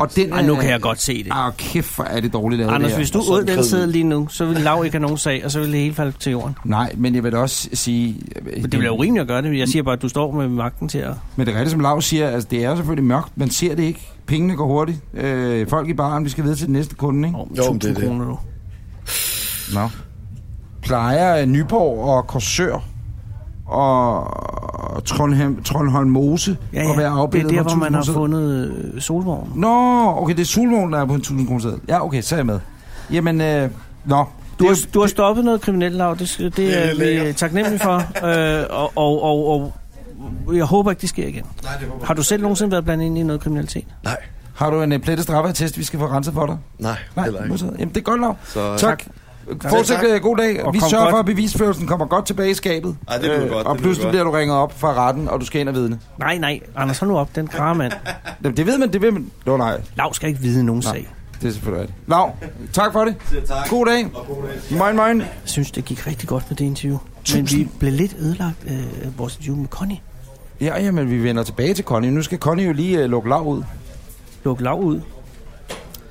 B: Og den
C: Ej, nu kan jeg godt se det.
B: Ah, kæft, hvor er det dårligt lavet
C: Anders,
B: det her.
C: hvis du
F: sådan
C: ud den
F: kred.
C: sidder lige nu, så ville Lav ikke have nogen sag, og så ville det hele falde til jorden.
B: Nej, men jeg vil da også sige...
C: Men det bliver urimeligt at gøre det. Jeg siger bare, at du står med magten til at...
B: Men det er rigtigt, som Lav siger, altså, det er selvfølgelig mørkt. Man ser det ikke. Pengene går hurtigt. Øh, folk i baren, vi skal videre til den næste kunde, ikke?
C: Oh,
F: det er
C: 1000
F: det.
C: kroner, du.
B: Nå. Plejer øh, Nyborg og Korsør og Trondheim, Trondholm Mose
C: Ja, ja.
B: at være
C: det er
B: afbildet
C: der,
B: på
C: hvor man har
B: 1000
C: fundet øh, solvognen.
B: Nå, okay, det er Solvogn, der er på en 1000 kroner seddel. Ja, okay, så er jeg med. Jamen, øh, nå.
C: Du
B: Det er
C: har,
B: jo-
C: du har stoppet noget kriminelt, Lav. Det, skal- det er vi
F: lækkert.
C: taknemmelige for. Øh, og, og, og, og jeg håber ikke, det sker igen.
F: Nej, det var...
C: Har du selv nogensinde været blandet ind i noget kriminalitet?
F: Nej,
B: Har du en øh, plettet straffeattest, vi skal få renset for dig?
F: nej, heller
B: Nej,
F: ikke.
B: modtaget. Jamen, det er godt, Lav.
F: Så,
B: Tak. Fortsæt
F: tak.
B: øh, god dag.
C: Og
B: vi
C: kom
B: sørger
C: godt.
B: for, at bevisførelsen kommer godt tilbage i skabet. Øh,
F: Ej, det lyder godt,
B: Og
F: det
B: pludselig
F: lyder
B: bliver du ringet op fra retten, og du skal ind og vidne.
C: Nej, nej. Anders, hold nu op. Den kramand.
B: Jamen, Det ved man, det ved man. Nå, nej.
C: Lav skal ikke vide nogen
B: Nej.
C: sag.
B: Det er selvfølgelig rigtigt. Lav, tak for det.
F: tak.
B: God dag.
F: Og god dag.
B: Moin, moin.
C: Jeg synes, det gik rigtig godt med det interview. Men
B: Tusind.
C: vi blev lidt ødelagt øh, vores interview med Connie.
B: Ja, jamen, vi vender tilbage til Connie. Nu skal Connie jo lige øh, lukke Lav ud.
C: Luk Lav ud.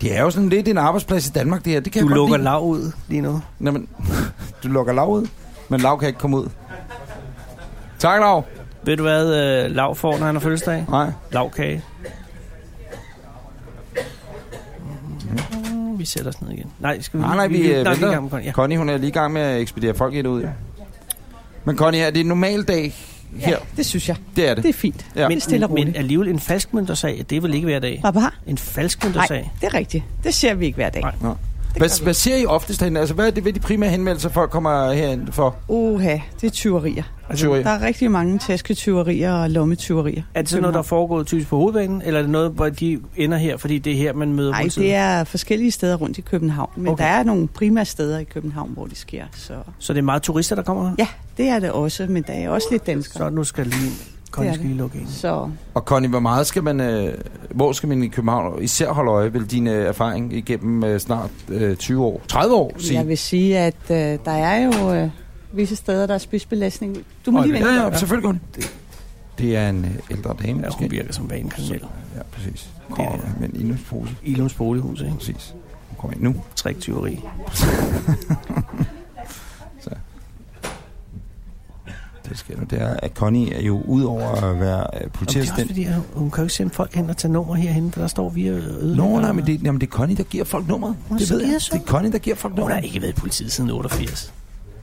B: Det er jo sådan lidt en arbejdsplads i Danmark, det her. Det kan
C: Du
B: jeg
C: lukker
B: godt lide.
C: Lav ud lige nu.
B: Nå, men, du lukker Lav ud, men Lav kan ikke komme ud. Tak, Lav.
C: Ved du hvad øh, Lav får, når han har fødselsdag?
B: Nej.
C: Lavkage. Mm, Vi sætter os ned igen. Nej, skal vi
B: Nej, nej, vi, vi
C: nej, vi er i
B: venter.
C: gang med Connie. Ja.
B: Connie, hun er lige i gang med at ekspedere folk ind og ud. Ja. Men Connie, er det en normal dag her? Ja.
E: Det synes jeg.
B: Det er det.
E: Det er fint.
B: Ja.
E: Ja. Men, stille og
C: men,
E: roligt.
C: men alligevel en falskmøntersag, det er vel ikke hver dag?
E: Hvad var?
C: En
E: Nej,
C: falskmøntersag?
E: det er rigtigt. Det ser vi ikke hver dag.
C: Nej.
B: Hvad, hvad ser I oftest herinde? Altså, hvad er det ved de primære henvendelser, folk kommer herhen for?
E: Oha, det er tyverier.
B: Tyveri?
E: Der er rigtig mange tasketyverier og lommetyverier.
C: Er det sådan noget, der er foregået typisk på hovedbanen, eller er det noget, hvor de ender her, fordi det er her, man møder
E: Nej,
C: politiet?
E: det er forskellige steder rundt i København, men
C: Okay.
E: okay. der er nogle primære steder i København, hvor det sker. Så
C: Så det er meget turister, der kommer her?
E: ja, det er det også, men der er også lidt danskere.
C: Så nu skal jeg lige...
E: Det
C: Connie
E: er
C: skal
E: det.
C: lige lukke ind.
E: Så
B: Og Connie, hvor meget skal man, øh, hvor skal man i København især holde øje ved din øh, erfaring igennem øh, snart øh, 20 år? 30 år, siger
E: jeg vil sige, at øh, der er jo øh, visse steder, der er spidsbelastning. Du må lige vente.
B: Ja, ja, selvfølgelig, Connie. Det, det er en øh, ældre dame,
C: Ja, hun virker som vanekriminel.
B: Ja, præcis. Hun
C: Det er-
B: kommer med en indløbspose.
C: Ilums bolighus, ikke?
B: Præcis. Hun kommer ind nu.
C: Triktyveri.
B: Det, der sker nu, det er, at Connie er jo ud over at være øh,
C: Jamen, Det er også
B: politiassistent.
C: fordi, hun- hun kan jo ikke sende folk hen og tage nummer herhen, for der står vi og ødelægger.
B: Nå, nej, men det, jamen, det er Connie, der giver folk nummeret.
C: Hun
B: det ved jeg.
C: siger så.
B: Det er Connie, der giver folk
C: Hun har
B: nummeret.
C: ikke været i politiet siden 88.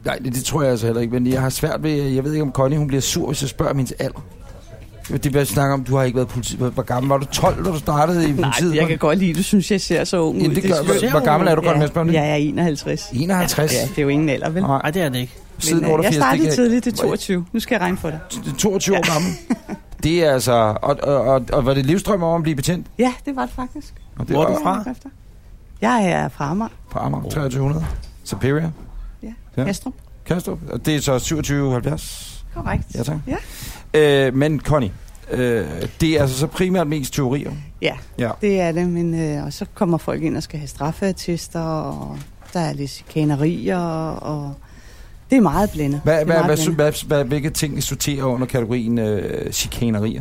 B: Nej, det, det tror jeg altså heller ikke, men jeg har svært ved, jeg ved ikke om Connie, hun bliver sur, hvis jeg spørger om hendes alder. Det bliver snakke om, du har ikke været politi. Hvor, hvor gammel var du? 12, da du startede i
E: Nej,
B: politiet?
E: jeg kan godt lide, du synes, jeg ser så ung ud.
B: Jamen, det gør-
E: synes
B: hvor-
E: jeg.
B: hvor gammel er du, Connie, må jeg spørge om det?
E: Ja, jeg er 51.
B: 51.
E: Ja, det er jo ingen alder, vel?
B: Nej,
C: Nej, det er det ikke.
B: siden
E: Men, øh,
B: 88.
E: jeg startede
B: det kan-
E: tidligt, det er 22. Nu skal jeg regne for dig.
B: 22 år gammel. Det er altså... Og, og, og, og var det livstrøm om at blive betjent?
E: Ja, det var det faktisk.
B: Og det
C: Hvor er
B: var
C: du fra?
E: Jeg, efter. jeg er fra Amager.
B: På Amager, 2300. Superior. Ja.
E: Kastrup.
B: Kastrup. Og det er så 2770.
E: Korrekt.
B: Ja, tak.
E: Ja.
B: Øh, men Connie, øh, det er altså så primært mest teorier.
E: Ja,
B: Ja.
E: det er det, men øh, og så kommer folk ind og skal have straffeattester, og der er lidt chikanerier, og det er meget blændet. Det
B: Hvad,
E: er
B: hvad,
E: meget
B: hvad,
E: blandet.
B: hvad, hvad, hvad, hvilke ting sorterer under kategorien øh, chikanerier?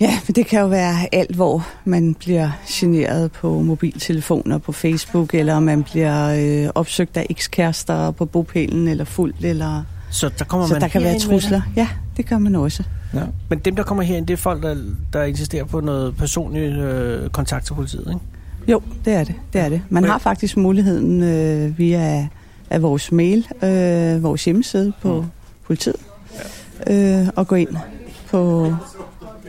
E: Ja, men det kan jo være alt, hvor man bliver generet på mobiltelefoner på Facebook, eller man bliver øh, opsøgt af ekskærester på bopælen, eller fuld, eller...
C: Så der kommer
E: Så
C: man
E: der kan være
C: herind med det.
E: trusler. Ja, det gør man også.
C: Men dem, der kommer herind, det er folk, der, der insisterer på noget personlig øh, kontakt til politiet, ikke?
E: Jo, det er det. det, er det. Man
C: Men-
E: har faktisk muligheden øh, via af vores mail, øh, vores hjemmeside på politiet, øh, og gå ind på...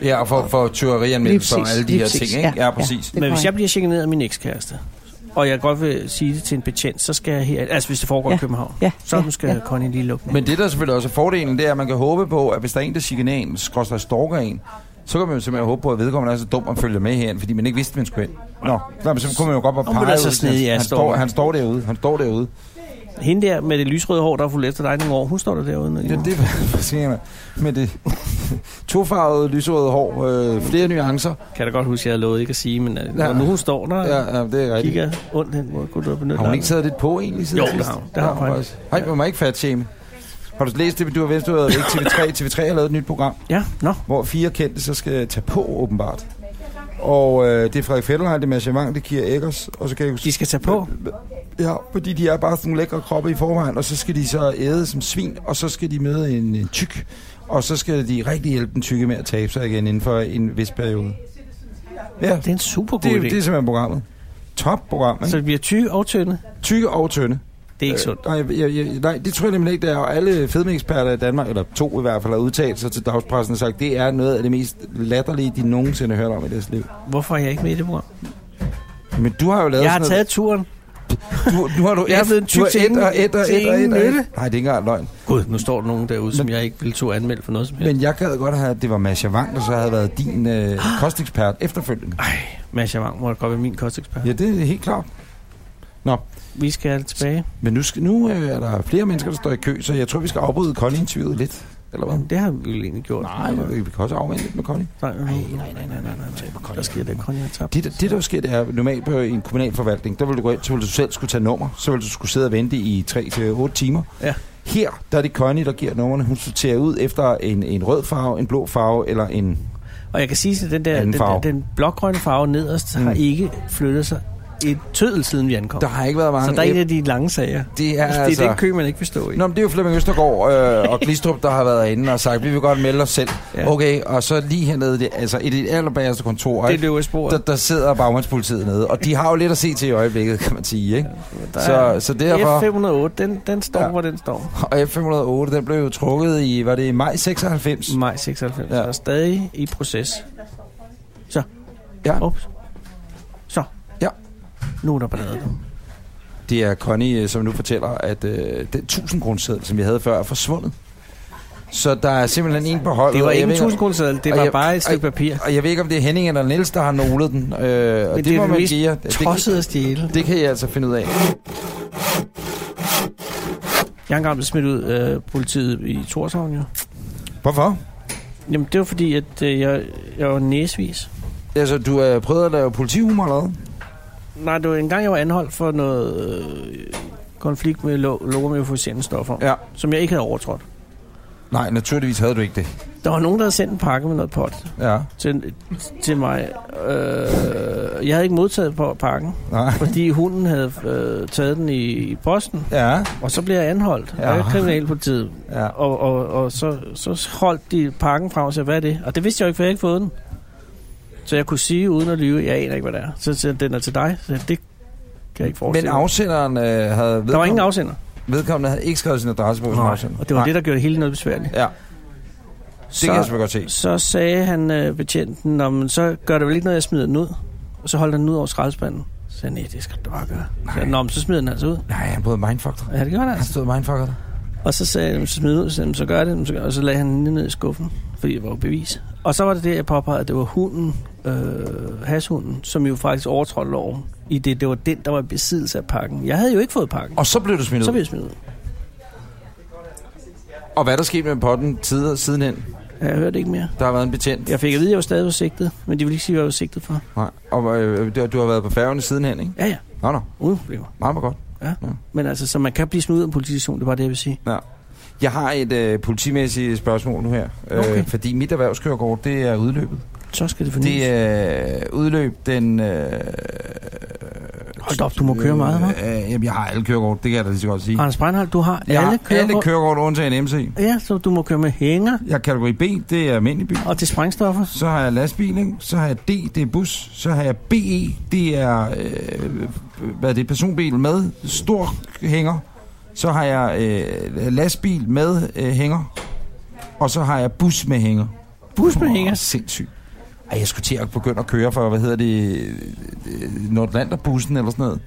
B: Ja, og for, for tyverianmeldelser og
E: Lige præcis,
B: alle de
E: lige
B: her
E: præcis,
B: ting, ikke?
E: ja,
B: Ja,
E: ja.
B: præcis.
E: Det
C: Men
E: går
C: hvis
E: ikke.
C: jeg bliver chikaneret af min ekskæreste, og jeg godt vil sige det til en betjent, så skal jeg her... Altså, hvis det foregår ja. i
E: Ja.
C: København.
E: Ja,
C: Så
E: ja,
C: nu skal
E: ja.
C: Connie lige lukke den.
B: Men det, der selvfølgelig også er fordelen, det er, at man kan håbe på, at hvis der er en, der chikanerer en, skråstrej stalker en, så kan man jo simpelthen håbe på, at vedkommende er så dum at følge med herhen, fordi man ikke vidste, man skulle ind. Nå, nej, men så kunne man jo godt bare
C: Nå, men
B: pege
C: det er
E: altså
C: så
B: ud, sådan,
C: snedig, ja,
B: han, han,
C: står-
B: står, han står derude, han står derude.
C: Hende der med det lysrøde hår, der er fuldt efter dig nogle år, hun står der derude.
B: Ja, det er fascinerende. Med det tofarvede, lyserøde hår, øh, flere nuancer.
C: Kan jeg da godt huske, jeg havde lovet ikke at sige, men ja.
B: Ja.
C: når nu hun står der ja.
B: Ja, ja det er rigtigt.
C: kigger ondt hen, hvor kunne du have benyttet
B: Har hun
C: dig
B: ikke
C: af
B: taget lidt på egentlig siden
C: Jo,
B: sidst?
C: det har hun. Det har hun faktisk.
B: Hej, man må ikke fat shame. Har du læst det, du har vidst, du har været væk TV3? TV3 har lavet et nyt program,
C: det? Ja, nå.
B: hvor fire kendte så skal tage på, åbenbart. Og øh, det er Frederik Fettelheim, det er Mads Javang, det er Kira Eggers, og så kan jeg
C: De
B: huske...
C: skal tage på.
B: Ja, fordi de er bare sådan nogle lækre kroppe i forvejen, og så skal de så æde som svin, og så skal de møde en, en tyk, og så skal de rigtig hjælpe den tykke med at tabe sig igen inden for en vis periode. Ja,
C: Det er en super god
B: det, er-
C: idé.
B: det er simpelthen programmet. Top program, ikke?
C: Så vi bliver tykke og tynde.
B: Tykke og tynde.
C: Det er ikke sundt.
B: Øh, nej, jeg, jeg, nej, det tror jeg nemlig ikke, det er. Og alle fedmeeksperter i Danmark, eller to i hvert fald, har udtalt sig til dagspressen og sagt, det er noget af det mest latterlige, de nogensinde har hørt om i deres liv.
C: Hvorfor er jeg ikke med i det program?
B: Men du har jo lavet
C: Jeg har
B: sådan
C: taget turen.
B: noget... Du, nu har du
C: Jeg er
B: et-
C: blevet en tyk
B: du har
C: til
B: et
C: en-
B: og et og
C: til
B: et og
C: en
B: et og et. Nej,
C: nytte.
B: det er ikke engang løgn.
C: Gud, nu står der nogen derude, som jeg ikke ville tog anmelde for noget som helst.
B: Men jeg gad godt have, at det var Mads Javang, der så havde været din øh, kostekspert efterfølgende.
C: Mads Javang må da godt være min kostekspert.
B: Ja, det er helt klart.
C: Vi skal tilbage.
B: Men nu, skal, nu øh, er der flere mennesker, der står i kø, så jeg tror, vi skal afbryde Connie-interviewet lidt. Eller hvad?
C: Jamen, det har vi vel egentlig gjort.
B: Nej, vi kan også afvente lidt med Connie.
C: Nej, nej, nej, nej, nej, nej, nej. Der sker det, Conny har tabt.
B: Det, der- det, der jo sker, det er normalt på en kommunal forvaltning, der vil du gå ind, så vil du selv skulle tage nummer, så vil du skulle sidde og vente i 3-8 timer.
C: Ja.
B: Her, der er det Connie, der giver nummerne. Hun sorterer ud efter en, en rød farve, en blå farve eller en...
C: Og jeg kan sige, at den der,
B: Anden
C: den, der,
B: farve.
C: den blågrønne farve nederst mm. har
B: Mm.
C: ikke flyttet sig et tødel, siden vi ankom.
B: Der har ikke været mange...
C: så der er en af de lange sager.
B: det er
C: Ja, altså. Det
B: altså...
C: er den kø, man ikke vil stå i.
B: Nå, men det er jo Flemming Østergaard øh, og Glistrup, der har været inde og sagt, vi vil godt melde os selv.
C: Ja.
B: Ja. Okay, og så lige hernede, det, altså i det allerbagerste kontor,
C: det
B: ikke?
C: løber i
B: der,
C: sporet.
B: der sidder bagmandspolitiet nede, og de har jo lidt at se til i øjeblikket, kan man sige, ikke?
C: Der
B: Så, så derfor...
C: F508, den, den står, ja.
B: Ja.
C: hvor den står.
B: Og F508, den blev jo trukket i, var det i maj 96?
C: Maj 96. Ja.
B: Ja.
C: Så er stadig i proces. Så.
B: Ja.
C: Ups. Så.
B: Ja.
C: Nu er der ballade.
B: Det er Connie, øh, som nu fortæller, at øh, den 1000 kroneseddel, som vi havde før, er forsvundet. Så der er simpelthen en på holdet.
C: Det var
B: og jeg
C: ikke en
B: ved
C: 1000 kroner seddel, det
B: og
C: var
B: jeg-
C: bare et stykke
B: og-
C: papir.
B: Og jeg ved ikke, om det er Henning eller Niels, der har noglet den. Øh, og det,
C: det er
B: det, må
C: det
B: man
C: mest
B: give jer. Det, det,
C: Tosset at stjæle.
B: det kan jeg altså finde ud af.
C: Jeg er engang blevet smidt ud af øh, politiet i Torshavn, jo.
B: Hvorfor?
C: Jamen, det var fordi, at øh, jeg, jeg var næsvis.
B: Altså, du har øh, prøvet at lave politihumor eller hvad?
C: Nej, det var en gang, jeg var anholdt for noget øh, konflikt med lo- lover med euforiserende stoffer, ja.
B: Ja.
C: som jeg ikke havde overtrådt.
B: Nej, naturligvis havde du ikke det.
C: Der var nogen, der havde sendt en pakke med noget pot
B: Ja.
C: til, til mig. Øh, jeg havde ikke modtaget på pakken,
B: Nej.
C: fordi hunden havde øh, taget den i, i posten,
B: Ja.
C: og så blev jeg anholdt ja.
B: Ja.
C: af kriminalpolitiet.
B: Ja.
C: Og, og, og så, så holdt de pakken frem og sagde, hvad er det? Og det vidste jeg jo ikke, for jeg havde ikke fået den. Så jeg kunne sige uden at lyve, jeg aner ikke, hvad det er. Så siger jeg, den er til dig. Så jeg, det kan jeg ikke forestille
B: Men
C: mig.
B: afsenderen øh, havde...
C: Der var ingen afsender.
B: Vedkommende havde ikke skrevet sin adresse på sin afsender.
C: Og det var Nej. det, der gjorde det hele noget besværligt.
B: Ja, det
C: Så,
B: kan jeg selvfølgelig godt se.
C: så sagde han øh, betjenten, om så gør det vel ikke noget, jeg smider den ud. Og så holdt han den ud over skraldespanden. Så sagde han, nej, det skal du bare gøre. Så, sagde han, Nå, men så smider den altså ud.
B: Nej, han både mindfucked.
C: Ja, det gjorde han
B: Han
C: altså.
B: stod mindfucked.
C: Og så sagde han, så smid den ud, så, sagde han, så gør det, men så gør, og så lagde han den lige ned i skuffen, fordi det var jo bevis. Og så var det der, jeg påpegede, at det var hunden, øh, hashunden, som jo faktisk overtrådte loven, i det, det var den, der var i besiddelse af pakken. Jeg havde jo ikke fået pakken.
B: Og så blev du smidt
C: Så
B: ud.
C: blev jeg smidt ud.
B: Og hvad er der skete med potten tider, sidenhen?
C: Jeg hørte ikke mere.
B: Der har været en betjent.
C: Jeg fik at vide, at jeg var stadig var sigtet, men de ville ikke sige, hvad jeg var sigtet for.
B: Nej. Og øh, du- du har været på færgerne sidenhen, ikke?
C: Ja, ja,
B: Nå, nå.
C: uden problemer.
B: Meget, meget godt.
C: Men altså, så man kan blive smidt ud af en politistation, det var det, jeg vil sige.
B: Ja. Jeg har et øh, politimæssigt spørgsmål nu her. Okay. Øh, fordi mit erhvervskørekort, det er udløbet.
C: Så skal det fornyes.
B: Det
C: Det,
B: er øh, udløb den... Øh,
C: Hold da op, du må køre meget, hva'?
B: øh, jamen, jeg har alle kørekort, det kan jeg da lige så godt sige.
C: Anders Breinholt, du har
B: Jeg
C: alle
B: har
C: kører...
B: alle kørekort undtagen MC.
C: ja, så du må køre med hænger
B: Jeg er kategori B, det er almindelig bil.
C: og til sprængstoffer.
B: Så har jeg lastbil, ikke? Så har jeg D, det er bus. Så har jeg BE, det er, øh, hvad er det, personbil med stor hænger. Så har jeg øh, lastbil med øh, hænger. Og så har jeg bus med hænger.
C: Bus med hænger.
B: Åh, Sindssygt. Ej, jeg skulle til at begynde at køre for, hvad hedder det, øh, Nordlanderbussen eller sådan noget.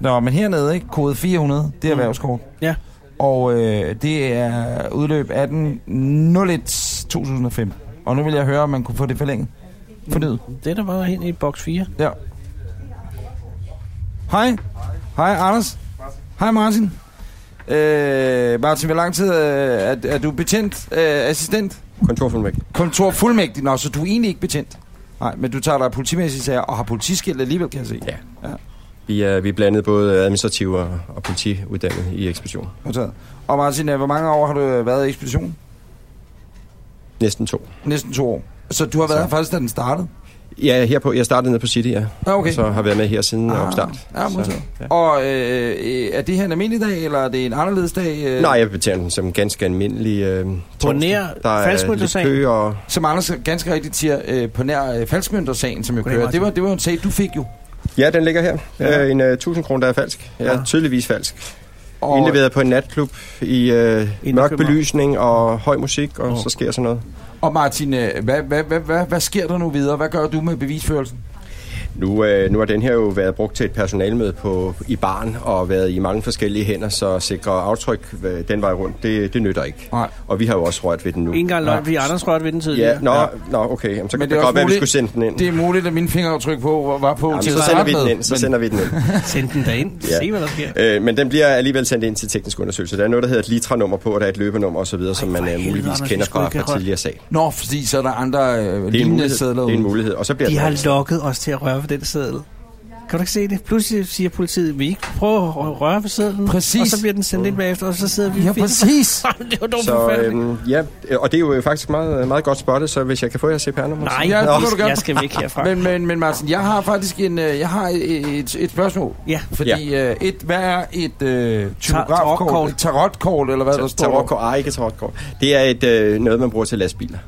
B: Nå, men hernede, ikke? Kode 400, det er
C: Mm.
B: erhvervskort.
C: Ja.
B: Og øh, det er udløb 18.01.2005. Og nu vil jeg høre, om man kunne få det forlænget. Fornyet.
C: Det der var hen i boks 4.
B: Ja. Hej. Hej, Anders. Hej, Martin. Øh, Martin, hvor lang tid øh, er, er du betjent? Øh, assistent?
G: Kontorfuldmægtig.
B: Kontorfuldmægtig? Nå, så du er egentlig ikke betjent. Nej, men du tager dig af politimæssige sager og har politiskilt alligevel, kan jeg se.
G: Ja. Vi er, vi er blandet både administrative og, og politiuddannede i ekspedition.
B: Modtaget. Og Martin, øh, hvor mange år har du øh, været i ekspeditionen?
G: Næsten to.
B: Næsten to år. Så du har været
G: Så.
B: her faktisk, da den startede?
G: Ja, her på, jeg startede nede på City, ja.
B: Ah, okay.
G: Og så har været med her siden ah, opstart.
B: Ja,
G: så,
B: modtaget. Ja. Og øh, øh, er det her en almindelig dag, eller er det en anderledes dag? Øh,
G: Nej, jeg betaler den som ganske almindelig øh, torsdag.
C: nær
G: Der er lidt
C: falskmøntesagen.
G: kø, og
B: Som Anders ganske rigtigt siger, øh, på nær øh, falskmøntersagen, som jeg
C: Goddag,
B: kører.
C: Martin.
B: Det var, det var en sag, du fik jo.
G: Ja, den ligger her.
B: Ja.
G: Ja. Øh, en øh, 1000 kroner, der er falsk. Ja,
C: Ja.
G: tydeligvis falsk.
B: Og,
G: Indleveret på en natklub i øh, mørk
C: København.
G: belysning og høj musik, og
C: Åh.
G: så sker sådan noget.
B: og Martin, øh, hvad, hvad, hvad, hvad, hvad sker der nu videre? Hvad gør du med bevisførelsen?
G: Nu, øh, nu har den her jo været brugt til et personalmøde på, i barn og været i mange forskellige hænder, så sikre aftryk øh, den vej rundt, det, det nytter ikke.
B: Nej.
G: Og vi har jo også rørt ved den nu.
C: En gang løgn,
B: Ja.
C: fordi Anders rørte ved den tidligere.
G: Ja, nå, ja. nå okay. Jamen, så
B: Men
G: kan
B: det
G: det,
B: er også
G: godt være, at vi
B: muligt-
G: skulle sende den ind.
B: Det er muligt, at mine fingeraftryk på var på
G: Jamen,
B: til
G: så
B: at
G: sender
B: starte
G: vi den
B: med,
G: ind. Så
B: men-
G: sender vi den ind.
C: Send den derind.
G: Ja.
C: Se, hvad der sker.
G: Øh, men den bliver alligevel sendt ind til teknisk undersøgelse. Der er noget, der hedder et litranummer på, og der er et løbenummer osv., som man
C: for
G: øh,
C: helvede,
G: muligvis
C: Anders, vi
G: kender
C: skulle
G: fra,
C: ikke have
G: fra
C: rørt.
G: tidligere sag.
B: Nå, fordi så er der andre øh,
G: Det er, en
B: lignende
G: mulighed.
B: sædler
G: det er en
B: ud.
G: mulighed, og så bliver
C: De
G: den
C: har lokket os til at røre ved den seddel. Kan du ikke se det? Pludselig siger politiet, vi ikke prøver at røre ved sedlen.
B: Præcis.
C: Og så bliver den sendt ind bagefter, og så sidder vi
B: Ja,
C: og finder-
B: præcis.
C: det var dog
G: Så
C: forfærdeligt.
G: øhm, ja, øh, og det er jo øh, faktisk meget, meget godt spottet, så hvis jeg kan få jeres CPR-nummer.
C: Nej,
B: Ja, det må du
C: jeg,
B: gerne.
C: jeg skal væk herfra.
B: Men, men, men Martin, jeg har faktisk en, øh, jeg har et, et, et spørgsmål.
C: ja,
B: Fordi ja. øh, et, hvad er et øh, typografkort?
C: tarotkort.
B: Et tarotkort, eller hvad der
G: Så-
B: står?
G: Tarotkort, ej, ikke tarotkort. Det er et, øh, noget, man bruger til lastbiler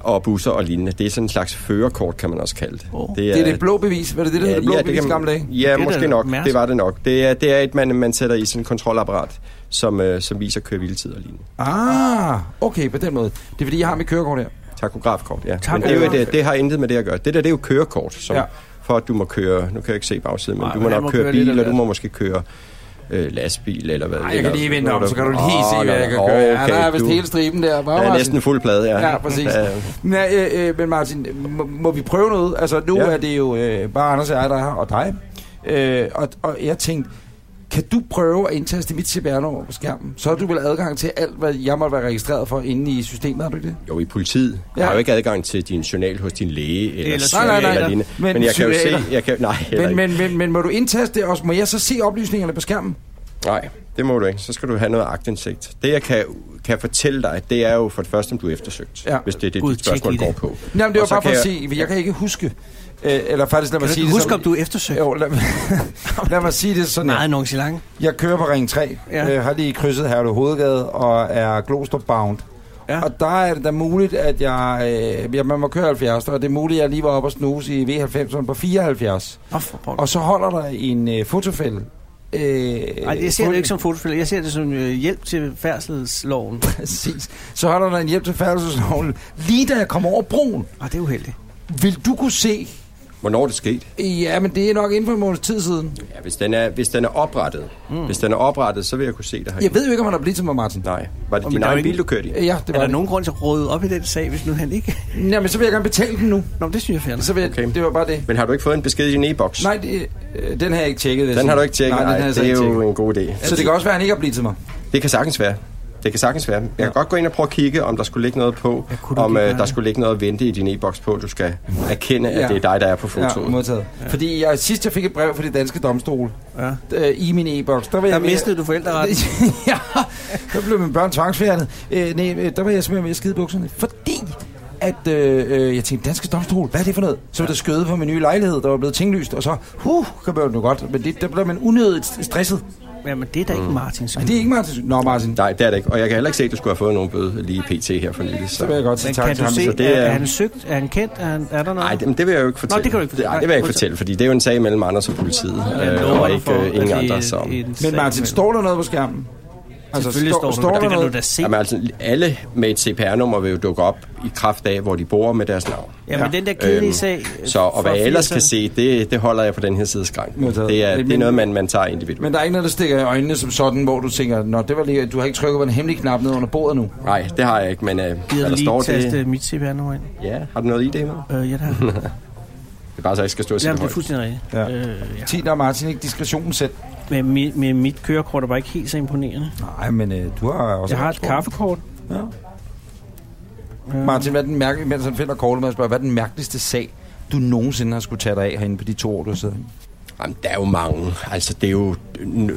G: og busser og lignende. Det er sådan en slags førerkort, kan man også kalde det.
C: Åh.
B: Det er det blå bevis. Var det det, der ja, det blå bevis i
G: man-
B: gamle dage?
G: Ja,
C: Det er
G: det
C: da
G: måske nok.
C: mærkeligt.
G: Det var det nok. Det er, det er et, man, man sætter i sådan et kontrolapparat, som, øh, som viser kørevildtid og lignende.
B: Ah, okay, på den måde. Det er fordi, jeg har mit kørekort her.
G: Takografkort, ja. Men det, er
C: Takograf.
G: jo, det, det har intet med det at gøre. Det der, det er jo kørekort, som,
B: Ja.
G: ja. for at du må køre... Nu kan jeg ikke se bagsiden, men
C: Nej,
G: du
C: men
G: må
C: han
G: nok
C: må
G: køre,
C: køre lidt af
G: bil, og du
C: hvert.
G: må måske køre øh, lastbil, eller hvad.
B: Ej, jeg
G: eller-
B: kan lige vente om, så kan du lige
G: Åh,
B: se, hvad
G: nå,
B: jeg kan
G: nå,
B: gøre. Ja,
G: okay,
B: der er vist
G: du-
B: hele striben der. Var
G: Der er
B: Martin?
G: næsten fuld plade, ja.
B: Ja, præcis.
G: Ja.
B: Nej, øh, øh, men Martin, må, må vi prøve noget? Altså, nu ja.
G: Ja.
B: er det jo øh, bare Anders og jeg, der er her, og dig. Øh, og, og jeg tænkte, kan du prøve at indtaste mit CPR-nummer på skærmen? Så har du vel adgang til alt, hvad jeg måtte være registreret for inde i systemet, har du ikke det?
G: Jo, i politiet.
B: Ja.
G: Ja. Jeg har jo ikke adgang til din journal hos din læge eller,
C: Eller
G: eller
C: nej,
G: psykiater
C: nej,
G: eller
B: nej.
G: lignende.
B: Men
G: Men, jeg kan jo se...
B: psykiater.
G: Jeg kan, nej, heller
B: Men,
G: ikke.
B: men, men, men må du indtaste det også? Må jeg så se oplysningerne på skærmen?
G: Nej, det må du ikke. Så skal du have noget agtindsigt. Det, jeg kan, kan fortælle dig, det er jo for det første, om du er eftersøgt.
B: Ja.
G: Ja. Hvis det er det,
C: Gud,
G: dit spørgsmål
C: tjek i
G: går
C: det.
G: på.
B: Jamen, det var
G: Og så
B: bare for
G: kan
B: at
G: jeg-
B: se, for jeg kan ikke huske. Øh, eller faktisk, lad mig
C: kan du
B: sige
C: ikke
B: det
C: huske,
B: som-
C: om du er eftersøgt?
B: Jo, lad, lad mig sige det sådan her.
C: Nej, nogen lang.
B: Jeg kører på Ring 3, ja.
C: Ja.
B: øh, har lige krydset Herlev Hovedgade og er Glostrup Bound. Ja.
C: Ja.
B: Og der er det da muligt, at jeg, øh, ja, man må køre 70, og det er muligt, at jeg lige var oppe og snuse i V90'eren på 74.
C: Nå, for pokker.
B: Og så holder der en øh, fotofælde Øh,
C: Nej, jeg ser det ikke som fotospiller. Jeg ser det som øh, hjælp til færdselsloven.
B: Præcis. Så holder der en hjem til færdighedsloven. Lige da jeg kom over broen,
C: Og det er uheldigt.
B: vil du kunne se...
G: Hvornår er det sket?
B: Ja, men det er nok inden for en måneds tid siden.
G: Ja, hvis den er, hvis den er oprettet. Mm. Hvis den er oprettet, så vil jeg kunne se det her.
B: Jeg ved jo ikke, om han er blevet til mig, Martin.
G: Nej. Var det
C: men
G: din
C: der er jo
G: egen
C: ikke-
G: bil, du kørte i?
B: Ja, det
C: Er
B: var
C: der
B: det.
C: nogen grund til at råde op i den sag, hvis nu han ikke...
B: Jamen, så vil jeg gerne betale den nu.
C: Nå, men det synes jeg er fair nok.
B: Så vil jeg, okay.
G: Okay.
B: Det var bare det.
G: Men har du ikke fået en besked i din e-boks?
B: Nej, det, øh, den har jeg ikke tjekket.
G: Den har du ikke tjekket?
B: Nej, den har jeg så
G: det er
B: ikke
G: jo
B: tjekket.
G: en god idé.
B: Så det kan også være, at han ikke er blevet til mig.
G: Det kan sagtens være. Det kan sagtens være. Jeg kan godt gå ind og prøve at kigge, om der skulle ligge noget på,
C: kunne du
G: om
C: ikke
G: øh,
C: gøre
G: der
C: det?
G: skulle ligge noget at vente i din e-boks på. Du skal erkende, at
B: Ja.
G: det er dig, der er på
B: Ja,
G: fotoet.
B: modtaget. Ja. Fordi jeg, sidst jeg fik et brev fra de danske domstole
C: Ja.
B: øh, i min e-boks, der var
C: Der
B: jeg... ved-
C: mistede du forældreretten.
B: ja, der blev mine børn tvangsfjernet. Øh, nej, øh, der var jeg simpelthen ved at skide i bukserne. Fordi at øh, øh, jeg tænkte, danske domstol, hvad er det for noget? Så var der skøde på min nye lejlighed, der var blevet tinglyst, og så, huh, kan man jo godt, men det, der blev man unødigt stresset.
C: Jamen, det er da ikke Martins
B: Men
C: skyld.
B: det er ikke Martin. Nå, Martin,
G: Nej, det er det ikke. Og jeg kan heller ikke se, at du skulle have fået nogen bøde lige pt. her for nylig.
B: så vil jeg
G: Så.
B: godt sige
C: Men
B: tak
C: kan
B: til
C: du
B: ham.
C: se,
G: så
C: det
G: det
C: er...
G: er-
C: er han søgt? Er han kendt? Er, han, er der noget?
G: Nej, det, det vil jeg jo ikke fortælle.
C: det kan du ikke fortælle.
G: Nej, det vil jeg ikke
C: Nej,
G: fortælle, fordi det er jo en sag mellem Anders og politiet,
C: Jeg
G: øh,
C: lover
G: og
C: dig
G: ikke
C: for,
G: øh,
C: at
G: ingen
C: det
G: andre.
C: er
G: Så.
C: en sag
B: Men Martin,
C: mellem-
B: står der noget på skærmen? Altså,
C: Selvfølgelig står, står der, det kan du da se.
G: Jamen altså, alle med et CPR-nummer vil jo dukke op i kraft af, hvor de bor med deres navn. Øhm,
C: Jamen, den der kedelige sag... øh,
G: Så, og hvad
C: fra altså,
G: jeg ellers kan
C: 80'erne.
G: se, det, det holder jeg på den her side af skranken.
B: Modtaget.
G: Det er,
B: Det er
G: det er
B: min-
G: noget, man, man tager individuelt.
B: Men der er ikke noget, der stikker i øjnene som sådan, hvor du tænker, Nå, det var lige, du har ikke trykket på en hemmelig knap ned under bordet nu.
G: Nej, det har jeg ikke, men øh, hvad
C: Gider
G: der
C: lige
G: står
C: taste
G: det...
C: mit CPR-nummer ind.
G: Ja, har du noget i det med?
C: Øh, ja, det har jeg.
G: Det er bare så, jeg ikke skal stå og sige
C: Jamen, det er
G: det højt.
C: fuldstændig rigtigt.
B: Ja.
C: Øh, ja.
B: Tina og Martin, ikke diskretionen selv.
C: Men mit, med mit kørekort var ikke helt så imponerende.
B: Nej, men øh, du har også...
C: Jeg har et kaffekort.
B: Ja. Martin, hvad er den mærkelige, mens han finder kortet med at spørge, hvad er den mærkeligste sag, du nogensinde har skulle tage dig af herinde på de to år, du har siddet herinde?
G: Jamen, der er jo mange. Altså, det er jo...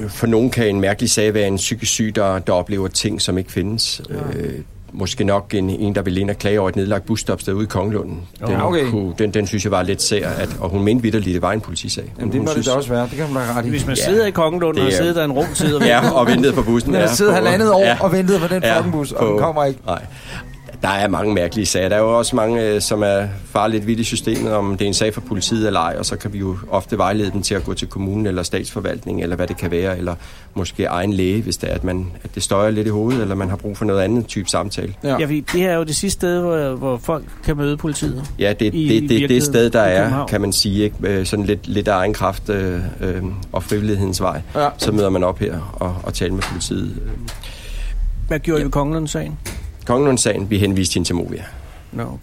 G: For nogen kan en mærkelig sag være en psykisk syg, der, der oplever ting, som ikke findes. Øh, måske nok en, en, der ville ind og klage over et nedlagt busstopsted ude i Kongelunden. Den,
B: Ja, okay.
G: kunne, den, den synes jeg var lidt sær, at, og hun mente vidderligt, det var en politisag.
B: Jamen,
G: Hun-
B: det må
G: hun
B: det
G: synes-
B: da også være. Det kan man da ret i.
C: Hvis man
G: Ja.
C: sidder i Kongelunden
G: Det
C: og
G: er-
C: sidder der en rum tid og
G: Ja, og ventede på bussen.
B: Man har
G: ja,
B: siddet
G: på-
B: halvandet år og ventet på den
G: Ja,
B: fucking bus, og den
G: på-
B: kommer ikke.
G: Nej. Der er mange mærkelige sager. Der er jo også mange, øh, som er farligt vidt i systemet, om det er en sag for politiet eller ej, og så kan vi jo ofte vejlede dem til at gå til kommunen eller statsforvaltningen, eller hvad det kan være, eller måske egen læge, hvis det er, at, man, at det støjer lidt i hovedet, eller man har brug for noget andet type samtale.
C: Ja, fordi det her er jo det sidste sted, hvor, hvor folk kan møde politiet.
G: Ja, det er
C: I
G: det, det,
C: virkeligheden
G: det sted, der
C: i
G: er,
C: København.
G: kan man sige, ikke? Øh, sådan lidt, lidt af egen kraft øh, øh, og frivillighedens vej.
B: Ja.
G: Så møder man op her og, og taler med politiet.
C: Hvad gjorde I
G: Ja.
C: ved Kongelundssagen?
G: Kongelundssagen, vi henviste hende til Movia.
C: Nå, okay.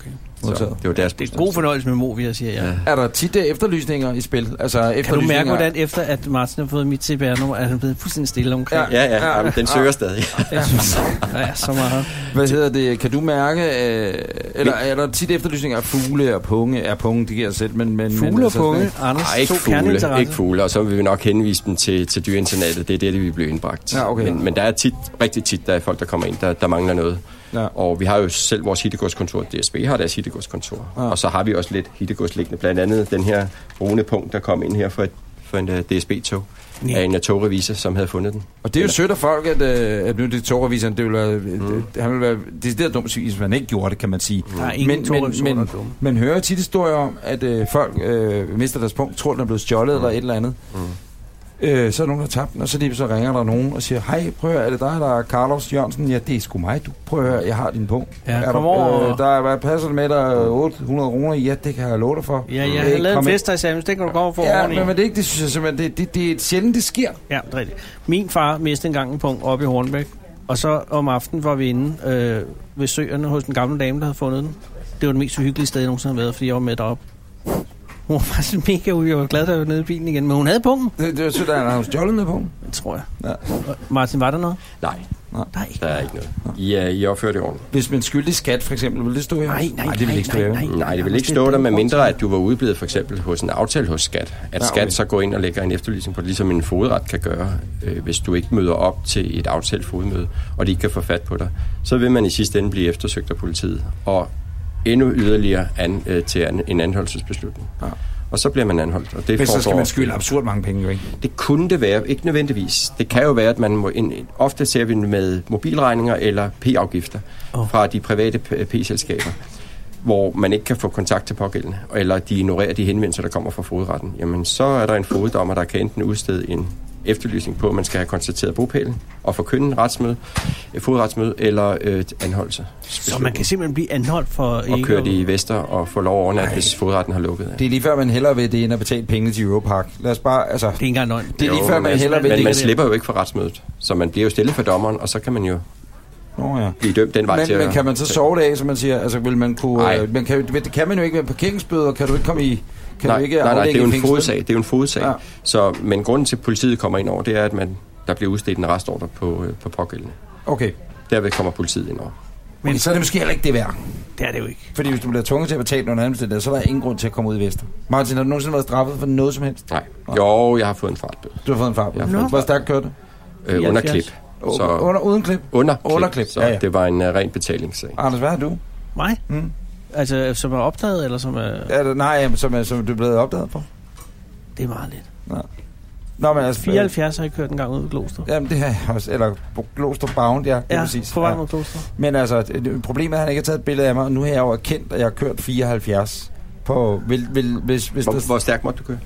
G: Så
B: Modtaget.
G: det var deres
C: Det er god fornøjelse med Movia, siger jeg. Ja.
B: Er der tit der efterlysninger i spil? Altså,
C: Kan du
B: efterlysninger?
C: mærke, hvordan efter at Martin har fået mit CPR-nummer, er han blevet fuldstændig stille omkring?
G: Ja, ja, ja, men den søger stadig.
C: Ja, ja så meget.
B: Hvad hedder det? Kan du mærke, øh, eller er der tit efterlysninger af fugle og punge? Er punge, det giver sig selv, men... men men,
C: Fugle og
B: altså,
C: punge, Anders,
G: Nej, ikke
C: to
G: fugle,
C: kerneinteresser.
G: ikke fugle, og så vil vi nok henvise dem til, til dyreinternatet. Det er det, vi bliver indbragt.
B: Ja, okay.
G: men, men der er tit, rigtig tit, der er folk, der kommer ind, der, der mangler noget.
B: Ja.
G: Og vi har jo selv vores hittegodskontor. DSB har deres hittegodskontor.
B: Ja.
G: Ja. Og så har vi også lidt hittegods liggende. Blandt andet den her brune punkt, der kom ind her for, et, for en uh, DSB-tog.
C: Nej.
G: Af en uh, togrevisor, som havde fundet den.
B: Og det er jo sødt af folk, at, øh, at nu er det togreviseren, det ville være, mm. han ville være decideret dumt, hvis man ikke gjorde det, kan man sige.
C: Der er ingen togrevisorer,
B: men,
C: der er dumme.
B: man hører jo tit historier om, at øh, folk øh, mister deres punkt, tror, den er blevet stjålet mm. eller et eller andet. Mm. Øh, så er der nogen, der har tabt den, og så lige så ringer der nogen og siger, hej, prøv at høre, er det dig, der er Carlos Jørgensen? Ja, det er sgu mig, du. Prøv at høre, jeg har din punkt.
C: Ja,
B: er
C: kom
B: du,
C: over."
B: Øh, der er, hvad passer det med dig? 800 kroner? Ja, det kan jeg love dig for.
C: Ja,
B: Øh,
C: jeg har lavet en
B: kom ind.
C: fest, der sagde, det kan du komme for
B: Ja,
C: oven i."
B: men, men det er ikke, det synes jeg simpelthen, det, det, det er sjældent, det sker.
C: Ja, det er rigtigt. Min far mistede engang en punkt oppe i Hornbæk, og så om aftenen var vi inde øh, ved søerne hos den gamle dame, der havde fundet den. Det var det mest uhyggelige sted, jeg nogensinde har været, fordi jeg var med derop. Hun var faktisk mega ude. Jeg var glad, da jeg var nede i bilen igen, men hun havde punkten,
B: Det, det er sødt, at han har stjålet den punkt.
C: tror jeg.
B: Ja.
C: Og Martin, var der noget?
G: Nej,
C: Nej.
G: der er ikke noget. I, uh, I opfører det ordentligt.
B: Hvis man skyldig skat, for eksempel, vil det stå her?
C: Nej, nej,
B: det vil
C: nej,
B: ikke stå her.
C: nej,
G: Nej, det vil
C: Anders,
G: ikke
C: det er
G: stå der,
C: den
G: med
C: grund
G: mindre at du var udeblevet for eksempel hos en aftale hos skat. At
B: Ja,
G: ja,
B: okay.
G: skat så går ind og lægger en efterlysning på det, ligesom en fodret kan gøre, øh, hvis du ikke møder op til et aftalt fodmøde, og de ikke kan få fat på dig. Så vil man i sidste ende blive eftersøgt af politiet, og endnu yderligere an, øh, til an, en anholdelsesbeslutning.
B: Ja.
G: Ja. Og så bliver man anholdt, og det
B: Men så skal
G: foregår
B: man
G: ofte.
B: skylde absurd mange penge, jo, ikke?
G: Det kunne det være, ikke nødvendigvis. Det kan jo være, at man må ind, ofte ser vi med mobilregninger eller p-afgifter
C: Åh.
G: oh. fra de private p- p-selskaber, hvor man ikke kan få kontakt til pågældende, eller de ignorerer de henvendelser, der kommer fra fodretten. Jamen, så er der en foddommer, der kan enten udstede en efterlysning på, at man skal have konstateret bopælen og forkynde retsmøde, øh, fodretsmøde eller øh, anholdelse.
C: Så man kan simpelthen blive anholdt for...
G: og
C: ikke
G: køre
C: at-
G: det i Vester og få lov at overnatte, hvis fodretten har lukket.
B: Det er lige før, man hellere vil det, end at betale penge til Europark. Lad os bare, altså...
C: Det er ikke engang løgn.
B: Det er lige før,
G: men
B: man
G: altså,
B: hellere vil
G: men
B: det.
G: man
B: end-
G: slipper jo ikke fra retsmødet, så man bliver jo stillet for dommeren, og så kan man jo
B: Nå, ja.
G: blive dømt den vej til
B: Men, men
G: at-
B: kan man så sove det af, som man siger? Altså, vil man kunne...
G: Nej.
B: Øh, men kan, jo- det kan man jo ikke med parkeringsbøder. Kan du ikke komme i... Kan
G: nej,
B: du ikke
G: nej, nej, det
B: aflægge
G: er jo en
B: fængsel?
G: fodsag. Det er jo en fodsag.
B: Ja.
G: Ja. Så, men grunden til, at politiet kommer ind over, det er, at man, der bliver udstedt en restordre på, øh, på pågældende.
B: Okay.
G: Derved kommer politiet ind over.
B: Men så er det måske heller ikke det værd.
C: Det er det jo ikke.
B: Fordi hvis du bliver tvunget til at betale nogle andre så er der ingen grund til at komme ud i Vester. Martin, har du nogensinde været straffet for noget som helst?
G: Nej. Jo, jeg har fået en fartbøde. Øh,
B: Du har fået en farve.
G: Jeg har fået en
B: Hvor stærkt kørte det?
G: Øh,
C: 74.
G: under klip.
B: Så...
G: Så-
B: Under, uden klip.
G: Under klip.
B: Underklip,
G: Så
B: ja, ja.
G: det var en uh, ren betalingssag.
B: Anders, hvad har du?
C: Mig?
B: Mm.
C: Altså, som er opdaget, eller som er...
B: Er det, nej, jamen, som, er- som du er blevet opdaget på?
C: Det er meget lidt.
B: Nå, men altså...
C: 74 har jeg kørt en gang ud ved Glostrup.
B: Jamen, det har jeg også. Eller Gloster Bound, ja. Det er
C: Ja,
B: præcis.
C: på vej
B: Ja.
C: mod Glostrup.
B: Men altså, det- problemet er, at han ikke har taget et billede af mig, og nu har jeg jo erkendt, at jeg har kørt 74 på... Vil, vil, hvis, hvis
G: Hvor,
B: der-
G: hvor stærkt måtte du køre?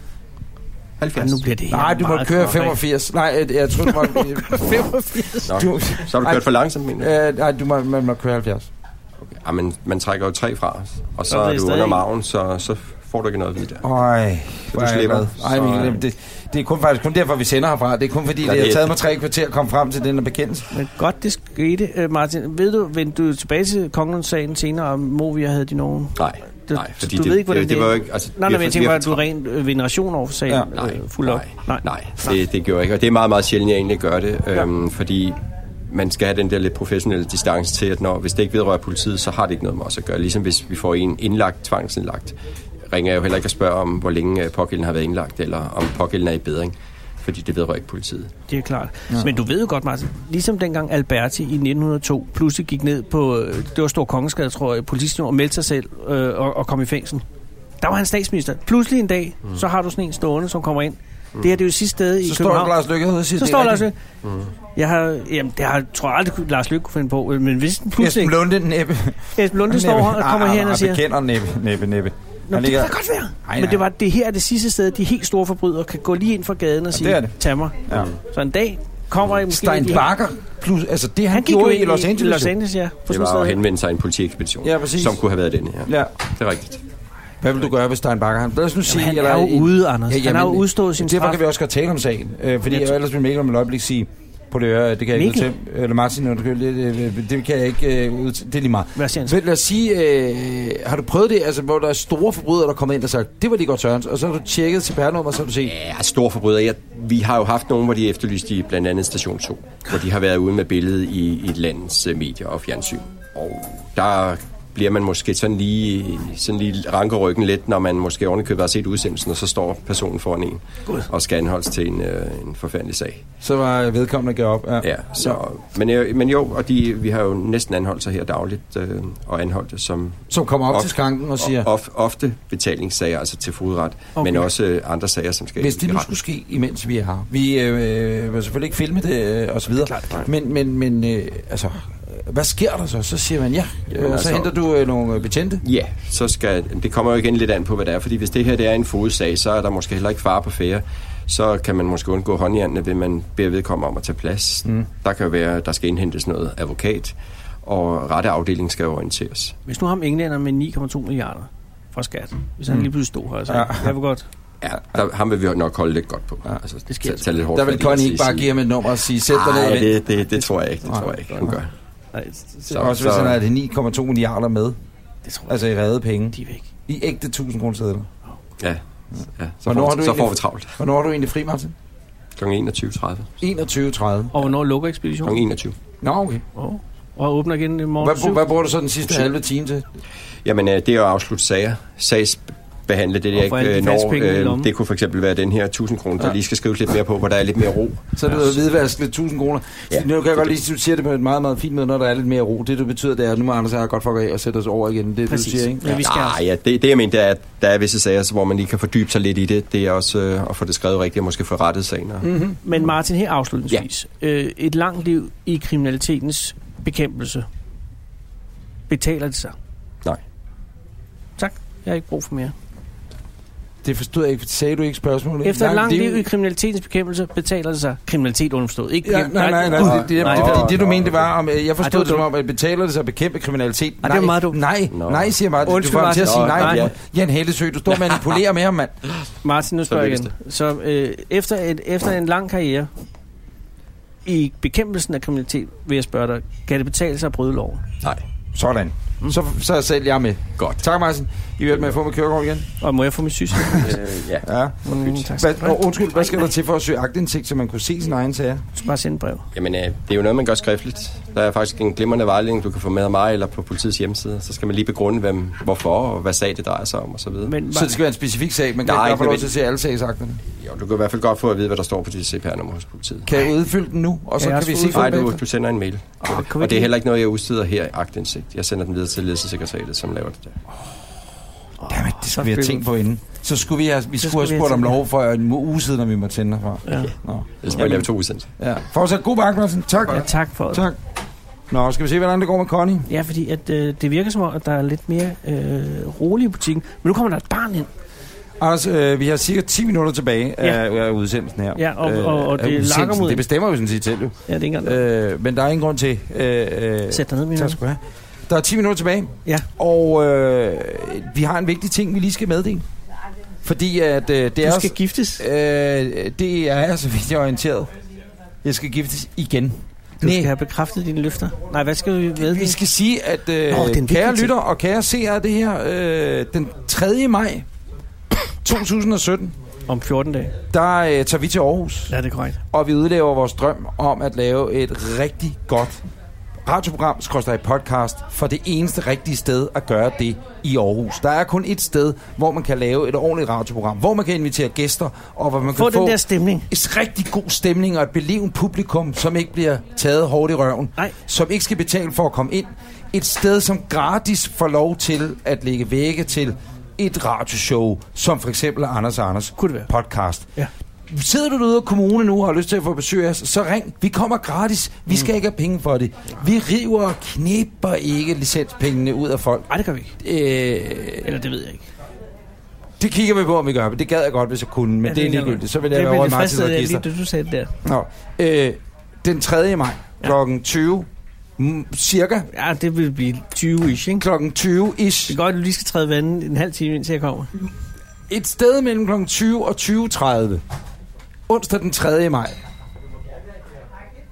G: 70.
C: Ja, nu bliver det
B: Nej, du må
C: meget
B: køre
C: godt, ikke?
B: 85. Nej, jeg, jeg tror, du må... 85?
G: Nå,
B: Du,
G: så har du kørt for langsomt, men...
B: øh, nej, du må, man må køre 70.
G: Ja, men man trækker jo tre fra, og så,
C: Så er det
G: er du
C: stadig-
G: under maven, så, så får du ikke noget vidt der.
B: Øj, hvor er jeg
G: slipper,
B: glad. Ej,
G: så-
B: Mikkel, jamen, det, det er kun, faktisk kun derfor, vi sender herfra. Det er kun fordi,
G: Ja,
B: det
G: det-
B: har taget mig tre kvarter at komme frem til den her bekendelse.
C: Men godt, det skete. Øh, Martin, ved du, vendte du tilbage til Konglundssagen senere, om Movia havde de nogen?
G: Nej,
C: Du-
G: nej, fordi
C: du
G: det,
C: ved ikke, hvordan
G: det, det,
C: det-
G: var jo ikke... Altså,
C: Nej,
G: vi
C: nej,
G: har
C: men jeg
G: fået-
C: tænker
G: vi har
C: bare,
G: fået
C: at du er ren øh, veneration over for sagen.
B: Ja.
C: Ja,
G: Nej,
C: øh, fuld op.
G: nej, nej, nej. Det, det gjorde jeg ikke. Og det er meget, meget sjældent, jeg egentlig gør det, øhm, fordi man skal have den der lidt professionelle distance til, at når, hvis det ikke vedrører politiet, så har det ikke noget med os at gøre. Ligesom hvis vi får en indlagt, tvangsindlagt, ringer jeg jo heller ikke og spørger om, hvor længe øh, pågældende har været indlagt, eller om pågældende er i bedring, fordi det vedrører ikke politiet.
C: Det er klart. Ja. Men du ved jo godt, Martin, ligesom dengang Alberti i 1902 pludselig gik ned på, øh, det var Stor Kongeskade, tror jeg, politistationen, og meldte sig selv øh, og, og kom i fængsel. Der var han statsminister. Pludselig en dag, mm. så har du sådan en stående, som kommer ind. Mm. Det her det er jo sidste sted i
B: Så står
C: København.
B: Lars Lykke herude og siger,
C: så
B: det
C: står
B: er
C: Lars
B: rigtigt. Mm.
C: Løkke. Jeg har, jamen, det har, tror jeg aldrig, kunne- Lars Løkke kunne finde på, øh, men hvis den pludselig...
B: Esben
C: Esben Lunde,
B: Lunde, næppe.
C: Esben Lunde står her og kommer
B: nej,
C: her
B: nej,
C: og siger...
B: bekender næppe, næppe, næppe.
C: Nå,
B: Han
C: det kan
B: ligger,
C: da godt være.
B: Nej,
C: Men det,
B: nej.
C: var, det her er det sidste sted, de helt store forbrydere kan gå lige ind fra gaden og sige,
B: det er det.
C: tag mig.
B: Ja.
C: Så en dag kommer I måske...
B: Stein
C: de-
B: Bakker, plus, altså det han,
C: Han gik jo
B: gjorde i
C: ind
B: Los Angeles.
C: Los Angeles, ja. På
G: Det var at
C: sådan
G: henvende sig i en politiekspedition,
B: Ja, præcis.
G: som kunne have været denne her.
B: Ja.
G: Det er rigtigt.
B: Hvad vil du gøre, hvis Stein Bakker... Han, lad os nu sige,
C: han
B: eller
C: er jo
B: i-
C: ude, Anders. Han har jo
B: men-
C: udstået sin
B: Derfor
C: straf.
B: kan vi også godt tale om sagen. Øh, fordi
C: Jeg
B: jeg,
C: tror-
B: ellers vil Mikkel om et øjeblik sige... På det øre, det kan jeg ikke
C: Mikkel?
B: udtale. Eller Martin, undskyld, det, det, det kan jeg ikke øh, udtale. Det er lige meget.
C: Hvad siger han så?
B: Men lad os sige, øh, har du prøvet det, altså, hvor der er store forbrydere, der kommer ind og siger, det var lige godt Sørens, og så har du tjekket CPR-nummer, og så har du set,
G: Ja, store forbrydere. Jeg, vi har jo haft nogen, hvor de efterlyste i blandt andet Station 2, hvor de har været ude med billedet i, i et lands øh, medier og fjernsyn. Og der bliver man måske sådan lige, sådan lige ranker ryggen lidt, når man måske ovenikøbet har set udsendelsen, og så står personen foran en God. og skal anholdes til en, øh, en forfærdelig sag.
B: så var vedkommende gav op.
G: Ja, så, men, øh, men jo, og de, vi har jo næsten anholdelser her dagligt, øh, og anholdte som
B: Som kommer op
G: Op-
B: til skranken og siger,
G: of, ofte betalingssager, altså til fodret, okay. men også øh, andre sager, som skal
B: Hvis
G: i
B: det nu
G: retten.
B: skulle ske, imens vi er her. Vi øh, vil selvfølgelig ikke filme det øh, og så videre. men men, men øh, altså, øh, hvad sker der så? Så siger man ja,
G: Jamen,
B: og så
G: altså-
B: henter du øh, nogle øh, betjente.
G: Ja, så skal, det kommer jo igen lidt an på, hvad det er, fordi hvis det her det er en fodsag, så er der måske heller ikke fare på fære. Så kan man måske undgå håndjernene, ved man beder vedkommende om at tage plads. Mm. Der kan jo være, der skal indhentes noget advokat, og rette afdeling skal orienteres.
C: noget. Hvis nu ham englænder med 9,2 milliarder fra skat, hvis han lige pludselig stod her og sagde,
B: Mm. Ja.
C: ja. jeg vil godt...
G: Ja, der, ham vil vi nok holde lidt godt på. Ja, altså,
C: det skal
G: tag- tag lidt hårdt
B: Der vil
G: fat i og
B: Connie
G: sige-
B: ikke bare
G: sige-
B: give ham et nummer og sige, sæt dig ned.
G: Ej,
B: og vent."
G: det, det, det, tror jeg ikke, det tror jeg ikke, hun gør.
C: Nej, det,
G: Så,
B: Også hvis
G: så-
B: han har de 9,2 milliarder med.
C: det tror jeg
B: Altså i redde penge.
C: ikke, de er væk.
B: I ægte 1000 kroner sædler.
G: Ja, ja, så,
B: Hvornår har
G: får,
B: du
G: vi- så
B: egentlig-
G: får vi travlt.
B: Hvornår er du egentlig fri, Martin?
G: Kl. 21.30.
B: 21.30.
C: Og hvornår lukker
G: Kl.
C: ekspeditionen?
G: 21.
B: Nå, okay.
C: Oh. Og åbner igen i morgen
B: Hvad,
C: syv.
B: bru- hvad bruger du så den sidste
G: Syv.
B: halve time til?
G: Jamen, øh, det er at afslutte sager. Sagsbehandle det,
C: Og
G: jeg
C: få alle
G: ikke
C: de
G: øh,
C: falske
G: når.
C: penge i
G: Øh,
C: lommen.
G: det kunne for eksempel være den her 1000 kroner, der
B: Ja.
G: lige skal skrives lidt mere på, hvor der er lidt mere ro.
B: Så er det noget hvidvask lidt 1000 kroner. Ja,
G: Ja,
B: nu kan jeg
G: det-
B: godt lige sige, du siger det på et meget, meget fint måde, når der er lidt mere ro. Det, du betyder, det er, at nu må Anders og jeg godt fuck af og sætte os over igen. Det, er det, du
C: Præcis.
B: siger, ikke?
C: Men vi skal
G: Nej, Ah, ja, det, det jeg mener, det er, at der er visse sager, så hvor man lige kan fordybe sig lidt i det. Det er også øh, at få det skrevet rigtigt, og måske få rettet sagen. Og... Mm.
C: Men Martin, her afslutningsvis. Ja. Øh, et langt liv i kriminalitetens bekæmpelse. Betaler det sig?
G: Nej.
C: Tak. Jeg har ikke brug for mere.
B: det forstod jeg ikke. Sagde du ikke spørgsmålet?
C: Efter et langt liv i kriminalitetens bekæmpelse betaler det sig. Kriminalitet underforstået. Ikke
B: Ja, nej, nej, nej. Det, det,
C: Nej,
B: det,
C: det-
B: det, det, du mente var, om, øh, jeg
C: Ej,
B: forstod
C: det
B: det som
C: var
B: om, at betaler det sig at bekæmpe kriminalitet?
C: Ej, det var meget dumt.
B: Nej,
G: Nå.
B: nej, siger Martin.
C: Undskyld,
B: du får ham til at
G: Martin.
B: sige nej.
G: Nå,
B: nej. Jan Hellesø, du står og manipulerer med ham, mand.
C: Martin, nu spørger jeg
G: lykkes
C: igen. Så øh, efter, et, efter en lang karriere i bekæmpelsen af kriminalitet, vil jeg spørge dig, kan det betale sig at bryde loven?
G: Nej.
B: Sådan.
C: Mm.
B: Så, så er selv jeg med.
G: Godt.
B: Tak, Martin. I vil med at få med kørekort igen?
C: Og må jeg få min syge?
G: Øh, ja.
B: Ja.
C: mm, tak.
B: Hvad, og undskyld, hvad skal der til for at søge agtindsigt, så man kunne se sin egen sager?
C: Du skal bare sende et brev.
G: Jamen, øh, det er jo noget, man gør skriftligt. Der er faktisk en glimrende vejledning, du kan få med af mig eller på politiets hjemmeside. Så skal man lige begrunde, hvem, hvorfor og hvad sag det drejer sig om osv. Men...
C: Men,
B: Så det skal være en specifik sag, man kan
G: Nej,
B: ikke bare få
G: ikke
B: lov til at se alle sagsakterne.
G: Jo, du kan i hvert fald godt få at vide, hvad der står på dit CPR-nummer hos politiet.
B: Kan jeg udfylde den nu, og så
C: Ja, jeg
B: kan vi
C: skal
B: se
G: Nej,
B: den
G: du,
B: bagefter?
G: du sender en mail.
C: Åh, kan vi
G: og det
C: ikke-
G: er heller ikke noget, jeg udsteder her i agtindsigt. Jeg sender den videre til ledelsessekretariatet, som laver det der.
B: Jamen, det
C: så
B: skulle vi have
C: blev-
B: tænkt på inden. Så skulle vi have, vi skulle
C: skulle
B: have
C: vi
B: spurgt
C: have
B: om
C: tænkt-
B: lov for en uge siden, når vi måtte tænde herfra.
C: Ja.
B: Nå.
G: Jeg skal lave to udsendelser.
B: Ja. Fortsat god bank, Martin. Tak.
C: ja, tak for det.
B: Tak. Nå, skal vi se, hvordan det går med Connie?
C: Ja, fordi at, øh, det virker som om, at der er lidt mere øh, rolig i butikken. Men nu kommer der et barn ind.
B: Anders, øh, vi har cirka 10 minutter tilbage
C: Ja.
B: af, af udsendelsen her. Øh,
C: Ja, og- og- og
B: af
C: det lakker
B: udsendelsen.
C: mod-
B: Det bestemmer vi sådan set selv jo.
C: Ja, det er ikke engang. Øh,
B: Øh, men der er ingen grund til. Øh, øh,
C: Sæt dig ned, min
B: tak
C: ven.
B: skal du have. Der er 10 minutter tilbage.
C: Ja.
B: Og øh, vi har en vigtig ting, vi lige skal meddele. Fordi at øh, det er...
C: Du
B: også-
C: skal giftes.
B: Øh, det er jeg, så vidt jeg er orienteret. Jeg skal giftes igen.
C: Du
B: Næ.
C: skal have bekræftet dine løfter. Nej, hvad skal vi med?
B: Vi skal sige, at øh,
C: Nå, det er en
B: Nå,
C: vigtig
B: kære
C: ting.
B: lytter og kære seere af det her, øh, den 3. maj 2017,
C: Om 14 dage.
B: der øh, tager vi til Aarhus,
C: Ja, det er korrekt.
B: og vi udlever vores drøm om at lave et rigtig godt radioprogram, skorstræk podcast, for det eneste rigtige sted at gøre det i Aarhus. Der er kun et sted, hvor man kan lave et ordentligt radioprogram, hvor man kan invitere gæster, og hvor man
C: Få
B: kan få
C: den der stemning.
B: en rigtig god stemning og et belevent publikum, som ikke bliver taget hårdt i røven,
C: Nej.
B: som ikke skal betale for at komme ind. Et sted, som gratis får lov til at lægge vægge til et radioshow, som for eksempel Anders og Anders
C: Kunne det være.
B: podcast.
C: Ja.
B: Sidder du derude af kommunen nu og har lyst til at få besøg af os, så ring. Vi kommer gratis. Vi skal ikke have penge for det. Vi river og knipper ikke licenspengene ud af folk.
C: Nej, det gør vi ikke.
B: Øh,
C: Eller det ved jeg ikke.
B: det kigger vi på, om vi gør, men det gad jeg godt, hvis jeg kunne, men ja, det er ligegyldigt. Så vil jeg
C: det
B: være over i
C: Det
B: Martins
C: fristede jeg lige,
B: Register.
C: det du sagde der.
B: Nå, øh, den 3. maj
C: Ja.
B: klokken 20, mm, cirka
C: Ja, det vil blive 20-ish, ikke?
B: klokken 20-ish.
C: Det er godt, at du lige skal træde vandet en halv time, indtil jeg kommer.
B: Et sted mellem klokken 20 og 20.30, onsdag den 3. maj,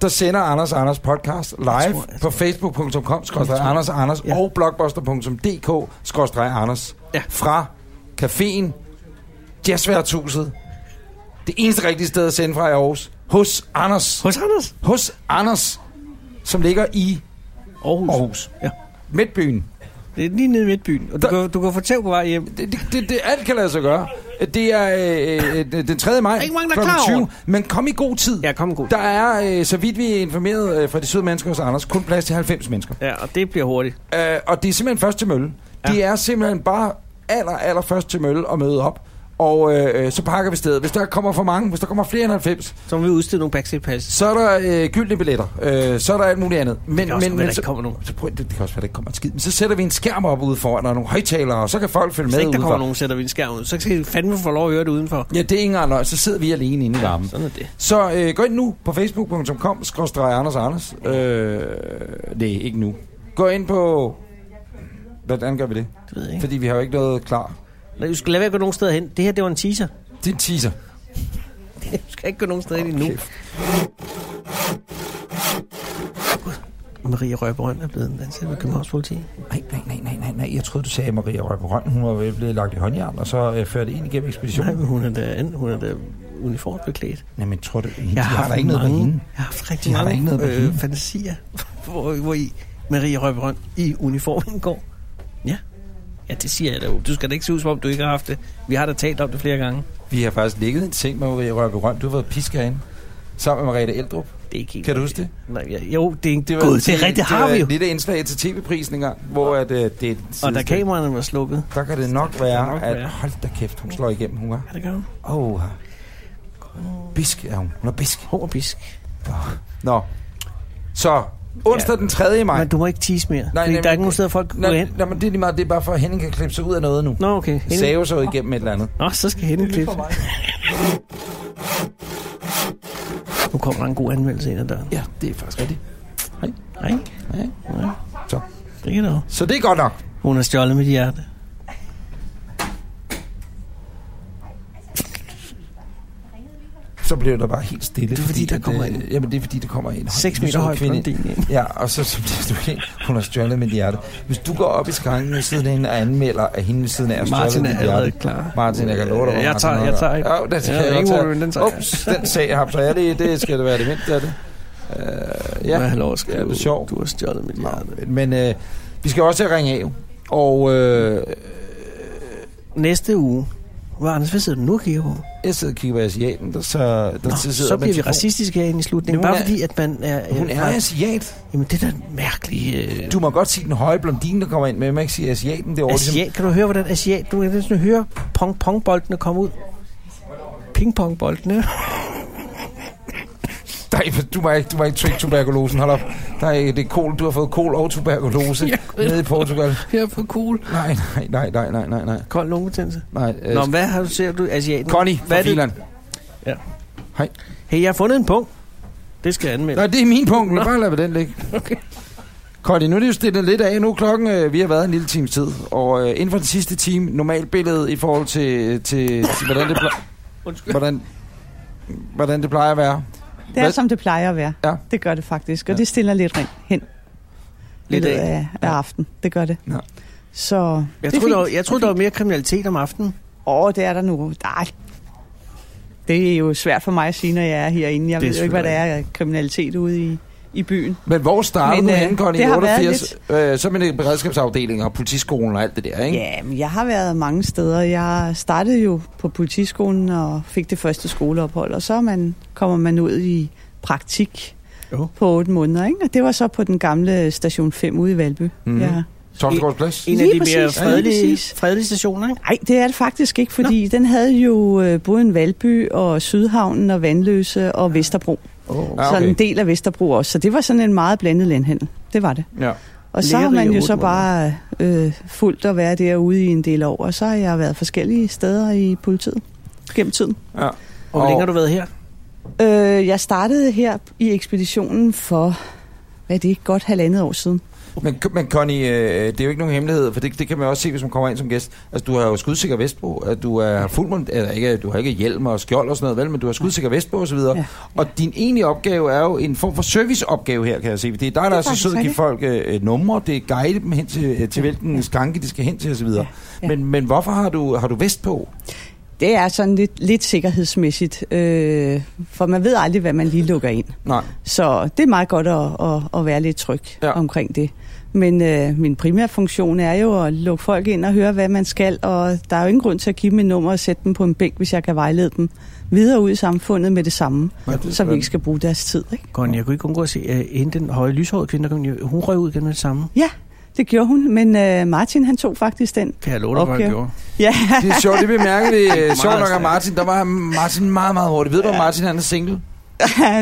B: der sender Anders Anders podcast live
C: jeg
B: jeg
C: tror-
B: tror, jeg på facebook.com Anders Anders
C: Ja.
B: ja. og blogbuster.dk Anders
C: Ja.
B: fra caféen Jazzværtshuset. Det eneste rigtige sted at sende fra i Aarhus. Hos Anders.
C: Hos Anders?
B: Hos Anders, som ligger i
C: Aarhus. Aarhus.
B: Aarhus.
C: Ja.
B: Midtbyen.
C: Det er lige nede i midtbyen. Og du,
B: Der-
C: kan, du kan få tæv på vej hjem.
B: Det, det, det, det, alt kan lade sig gøre. Det er øh, øh, den 3. maj
C: er ikke mange, der er
B: klokken
C: klar over
B: 20. Men kom i god tid.
C: Ja, kom en god.
B: Der er, øh, så vidt vi er informeret øh, fra de søde mennesker hos Anders, kun plads til 90 mennesker.
C: Ja, og det bliver hurtigt.
B: Øh, og det er simpelthen først til mølle.
C: Ja.
B: Ja. Det er simpelthen bare aller, aller først til mølle og møde op. Og øh, øh, så pakker vi stedet. Hvis der kommer for mange, hvis der kommer flere end 90,
C: Så må vi udstede nogle backseat passes.
B: så er der øh, gyldne billetter. Øh, så er der alt muligt andet. Men,
C: kan også være, der
B: så,
C: ikke kommer nogen.
B: Så prøv, det, det kan også være, der ikke kommer en skid. Men så sætter vi en skærm op ude foran, og nogle højtalere, og så kan folk følge
C: Hvis
B: med
C: ikke der
B: udefra.
C: kommer nogen, sætter vi en skærm ud. Så skal vi fandme få lov at høre det udenfor.
B: Ja, det er ingen løgn. Så sidder vi alene inde i varmen.
C: Sådan er det.
B: Så øh, gå ind nu på facebook.com skrådstræk Anders Anders. Øh, nej, ikke nu. Gå ind på... Hvordan gør vi det?
C: Det ved jeg ikke.
B: Fordi vi har jo ikke noget klar.
C: Nej, du skal lade være at gå nogen steder hen. Det her, det var en teaser.
B: Det er en teaser.
C: Du skal ikke gå nogen steder hen endnu. Gud. Maria Røberøn er blevet ansat ved Københavns Politi.
B: Nej, nej, nej, nej, nej, nej. Jeg troede, du sagde, at Maria Røber Røn, hun var vel blevet lagt i håndjern, og så øh, ført ind igennem
C: Nej,
B: ekspeditionen.
C: men hun er da, an- hun er da uniformbeklædt.
B: Nej, men tror du, de
C: Jeg har,
B: har
C: haft
B: der ikke noget med
C: mange,
B: hende?
C: Jeg har haft rigtig
B: De har da
C: mange
B: ikke noget med
C: øh,
B: hende.
C: fantasier, hvor, hvor I, Maria Røberøn i uniformen går. Ja. ja, det siger jeg da jo. Du skal da ikke se ud, som om du ikke har haft det. Vi har da talt om det flere gange.
B: Vi har faktisk ligget i en seng med Maria Røber Røn. Du har været pisker herinde. Sammen med Maria Eldrup.
C: Det er ikke helt
B: Kan du huske det?
C: Nej, ja, jo, det er en
B: var-
C: god. Det er rigtigt, det har
B: var
C: vi jo.
B: et lille indslag til tv-prisen engang, hvor at, øh, det er et
C: Og da
B: sidestil.
C: kameraerne var slukket.
B: Der kan det nok
C: kan nok
B: være,
C: være.
B: at hold da kæft, hun slår igennem, hun er.
C: Ja, det gør hun.
B: Åh, bisk er hun. Hun er bisk.
C: Hård bisk.
B: Nå, så Onsdag den 3. maj.
C: Men du må ikke tease mere. Nej,
B: Nej,
C: fordi
B: nej,
C: der
B: men-
C: er ikke nogen steder, folk kan gå
B: Nej,
C: hen.
B: nej, men det er lige meget, det er bare for, at Henning kan klippe sig ud af noget nu.
C: Nå, okay. Hende-
B: Save sig igennem et eller andet.
C: Nå, så skal Henning klippe. Nu kommer der en god anmeldelse ind ad døren.
B: Ja, det er faktisk rigtigt.
C: Nej,
B: Ja. Så.
C: det kan dog.
B: så det er godt nok.
C: Hun har stjålet mit hjerte.
B: Så bliver der bare helt stille. Det
C: er, fordi der kommer en-
B: Jamen, det er fordi, der kommer en.
C: 6 meter høj
B: kvinde.
C: blondin ind.
B: Ja, og så, så bliver du helt, hun har stjålet mit hjerte. Hvis du går op i skranken ved siden af hende og anmelder, at hende ved siden af er stjålet
C: Martin
B: mit
C: er
B: hjerte.
C: allerede klar.
B: Martin, jeg kan love dig, hvor
C: Øh, Jeg
B: Martin
C: tager-
B: har
C: jeg
B: været.
C: tager ikke.
B: Jo, den skal
C: Ja,
B: jeg
C: ingen
B: også
C: problem, den tager
B: tage.
C: jeg.
B: Ups, den sag har så jeg det, det skal det være det mindste af det. Uh,
C: Ja,
B: ja,
C: lov at
B: det er
C: skrive,
B: sjovt.
C: du har stjålet mit hjerte.
B: Men øh, vi skal også ringe af. Og øh,
C: Næste uge. Hvor Anders, hvad sidder du nu og kigger på?
B: jeg sidder og kigger på asiaten, der, så, der
C: Nå,
B: sidder
C: så
B: med
C: bliver vi
B: telefon.
C: racistiske herinde i slutningen.
B: Hun
C: Bare
B: er-
C: fordi, at man er... øh,
B: Hun er
C: fra-
B: asiat.
C: Jamen, det er da en mærkelig... Øh,
B: Du må godt sige den høje blondine, der kommer ind med. Man kan ikke sige asiaten det er over, ligesom-
C: asiat. Kan du høre, hvordan asiat... Du kan næsten høre pong-pong-boldene komme ud. Ping-pong-boldene.
B: Nej, men du må ikke, du må ikke trick tuberkulosen. Hold op. Der er, ikke- det er kol, du har fået kol og tuberkulose
C: Ja,
B: nede i Portugal.
C: Her på cool.
B: Nej, nej, nej, nej, nej, nej, nej.
C: Kold lungebetændelse.
B: nej øh,
C: Nå, men hvad har du, ser du asiaten?
B: Connie
C: hvad
B: fra
C: er det?
B: Finland.
C: Hey, jeg har fundet en punkt. Det skal jeg anmelde.
B: Nej, det er min punkt. Lad bare lade ved den ligge.
C: Okay.
B: Connie, nu er det jo stillet lidt af. Nu er klokken, øh, vi har været en lille times tid. Og øh, inden for den sidste time, normalt billede i forhold til, til, til hvordan, det plejer,
C: Undskyld.
B: hvordan, hvordan det plejer at være.
E: Det er,
B: Hvad?
E: som det plejer at være.
B: Ja.
E: Det gør det faktisk, og det stiller lidt rent hen.
C: Lidt
E: i løbet
C: af.
E: af, af aften. Det gør det.
B: Ja.
E: Så
C: Jeg
E: det er
C: troede, der, var-
E: fint.
C: jeg troede, der var mere kriminalitet om aftenen.
E: Åh, det er der nu. Nej. Det er jo svært for mig at sige, når jeg er herinde. Jeg
C: Det er
E: ved jo ikke, hvad der
C: selvfølgelig
E: er af kriminalitet ude i, i byen.
B: Men hvor startede
E: Men,
B: du
E: øh,
B: henne, Connie,
E: det
B: i
E: har været
B: 88? Øh, så med det beredskabsafdelinger og politiskolen og alt det der, ikke?
E: Ja, men jeg har været mange steder. Jeg startede jo på politiskolen og fik det første skoleophold, og så er man, kommer man ud i praktik
C: Jo.
E: på otte måneder. Ikke? Og det var så på den gamle station 5 ude i Valby.
B: Mhm.
E: Mm. Ja.
B: Toftegårdsplads?
C: En af
E: Lige
C: de mere
E: præcis, lige
C: fredelige,
E: præcis.
C: fredelige stationer, ikke?
E: Nej, det er det faktisk ikke, fordi Nå. den havde jo øh, både en Valby og Sydhavnen og Vandløse og Vesterbro.
B: Oh,
E: Ah, Okay. Så en del af Vesterbro også. Så det var sådan en meget blandet landhandel. Det var det.
B: Ja.
E: Og så har
C: Lærerige
E: man jo
C: otte
E: så bare øh, fuldt at være derude i en del år, og så har jeg været forskellige steder i politiet gennem tiden.
B: ja.
C: Og hvor længe har du været her?
E: Øh, jeg startede her i ekspeditionen for, hvad er det, godt halvandet år siden.
B: Men, men Connie, øh, det er jo ikke nogen hemmelighed, for det, det kan man også se, hvis man kommer ind som gæst. Altså, du har jo skudsikker vest på, at du er fuldmund, eller ikke, du har ikke hjelm og skjold og sådan noget, vel, men du har skudsikker vest på og så videre.
E: Ja.
B: Ja. Og din egentlige opgave er jo en form for serviceopgave her, kan jeg se. Det er dig, der er, så
E: faktisk
B: sød at give
E: rigtigt.
B: folk øh, numre, det er guide dem hen til, til hvilken skanke de skal hen til og så videre.
E: Ja.
B: Men, men hvorfor har du, har du vest på?
E: Det er sådan lidt, lidt sikkerhedsmæssigt, øh, for man ved aldrig, hvad man lige lukker ind.
B: Nej.
E: Så det er meget godt at, at, at være lidt tryg
B: Ja.
E: ja. omkring det. Men øh, min primære funktion er jo at lukke folk ind og høre, hvad man skal, og der er jo ingen grund til at give dem et nummer og sætte dem på en bænk, hvis jeg kan vejlede dem videre ud i samfundet med det samme,
B: Ja, det er
E: så vi
B: spændende.
E: ikke skal bruge deres tid. Ikke?
C: Godt, jeg kunne ikke undgå at se, at hende, den høje lyshårede kvinde, der kom, ind, hun røg ud igen med det samme.
E: Ja, det gjorde hun, men øh, Martin han tog faktisk den.
C: Kan jeg love dig, okay.
E: Opgave.
C: han gjorde?
E: Ja,
B: Det er sjovt, det bemærker vi. øh, Sjovt nok af
C: stærkt.
B: Martin, der var Martin meget, meget hurtig. Ved du, om Martin han er single?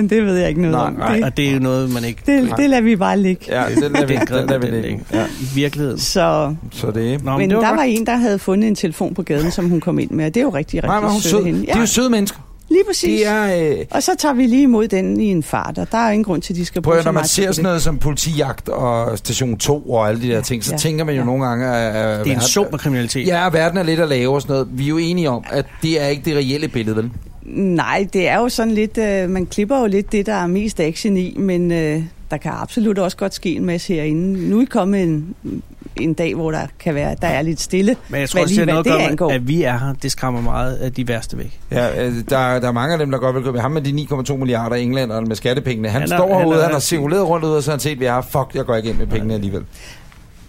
E: det ved jeg ikke noget
B: Nej,
E: om.
B: nej,
E: det,
C: Og det er jo noget, man ikke...
E: det, det lader vi bare ligge.
B: Ja, den lader vi,
C: Det er
B: den lader vi
C: den
B: ligge.
C: ligge.
B: Ja,
C: I virkeligheden.
E: Så,
B: så det er...
C: Nå,
E: men der var en, der havde fundet en telefon på gaden, som hun kom ind med, og det er jo rigtig,
B: Nej, men hun er
E: rigtig sødt
B: sød.
E: af hende.
B: Det er jo søde mennesker.
E: lige præcis.
B: Det er... Øh,
E: Og så tager vi lige imod den i en fart, og der er jo ingen grund til, at de skal
B: Prøv
E: bruge
B: at,
E: så
B: når man
E: meget tid
B: ser
E: på
B: sådan noget som politijagt og station 2 og alle de der ja, ting, så ja,
E: ja,
B: tænker man jo ja.
E: ja.
B: nogle gange, at, at
C: det er en
B: verden-
C: sum af kriminalitet.
B: Ja, verden er lidt at lave og sådan noget. Vi er jo enige om, at det er ikke det reelle billede, vel?
E: det. Nej, det er jo sådan lidt, øh, man klipper jo lidt det, der er mest action i, men øh, der kan absolut også godt ske en masse herinde. Nu er kommet en, en dag, hvor der kan være, der er lidt stille.
C: Men jeg tror
E: hvad
C: også, det er
E: lige,
C: noget
E: hvad det
C: at gøre
E: angår.
C: med, at vi er her. Det skræmmer meget af de værste væk.
B: Ja, øh, der, der er mange af dem, der godt vil købe. Ham med de 9,2 milliarder englænderne med skattepengene. Han,
C: Han er-
B: står
C: han er-
B: herude, han
C: han
B: har
C: er-
B: cirkuleret rundt ud, og så har han set, at vi har, fuck, jeg går ikke ind med pengene alligevel.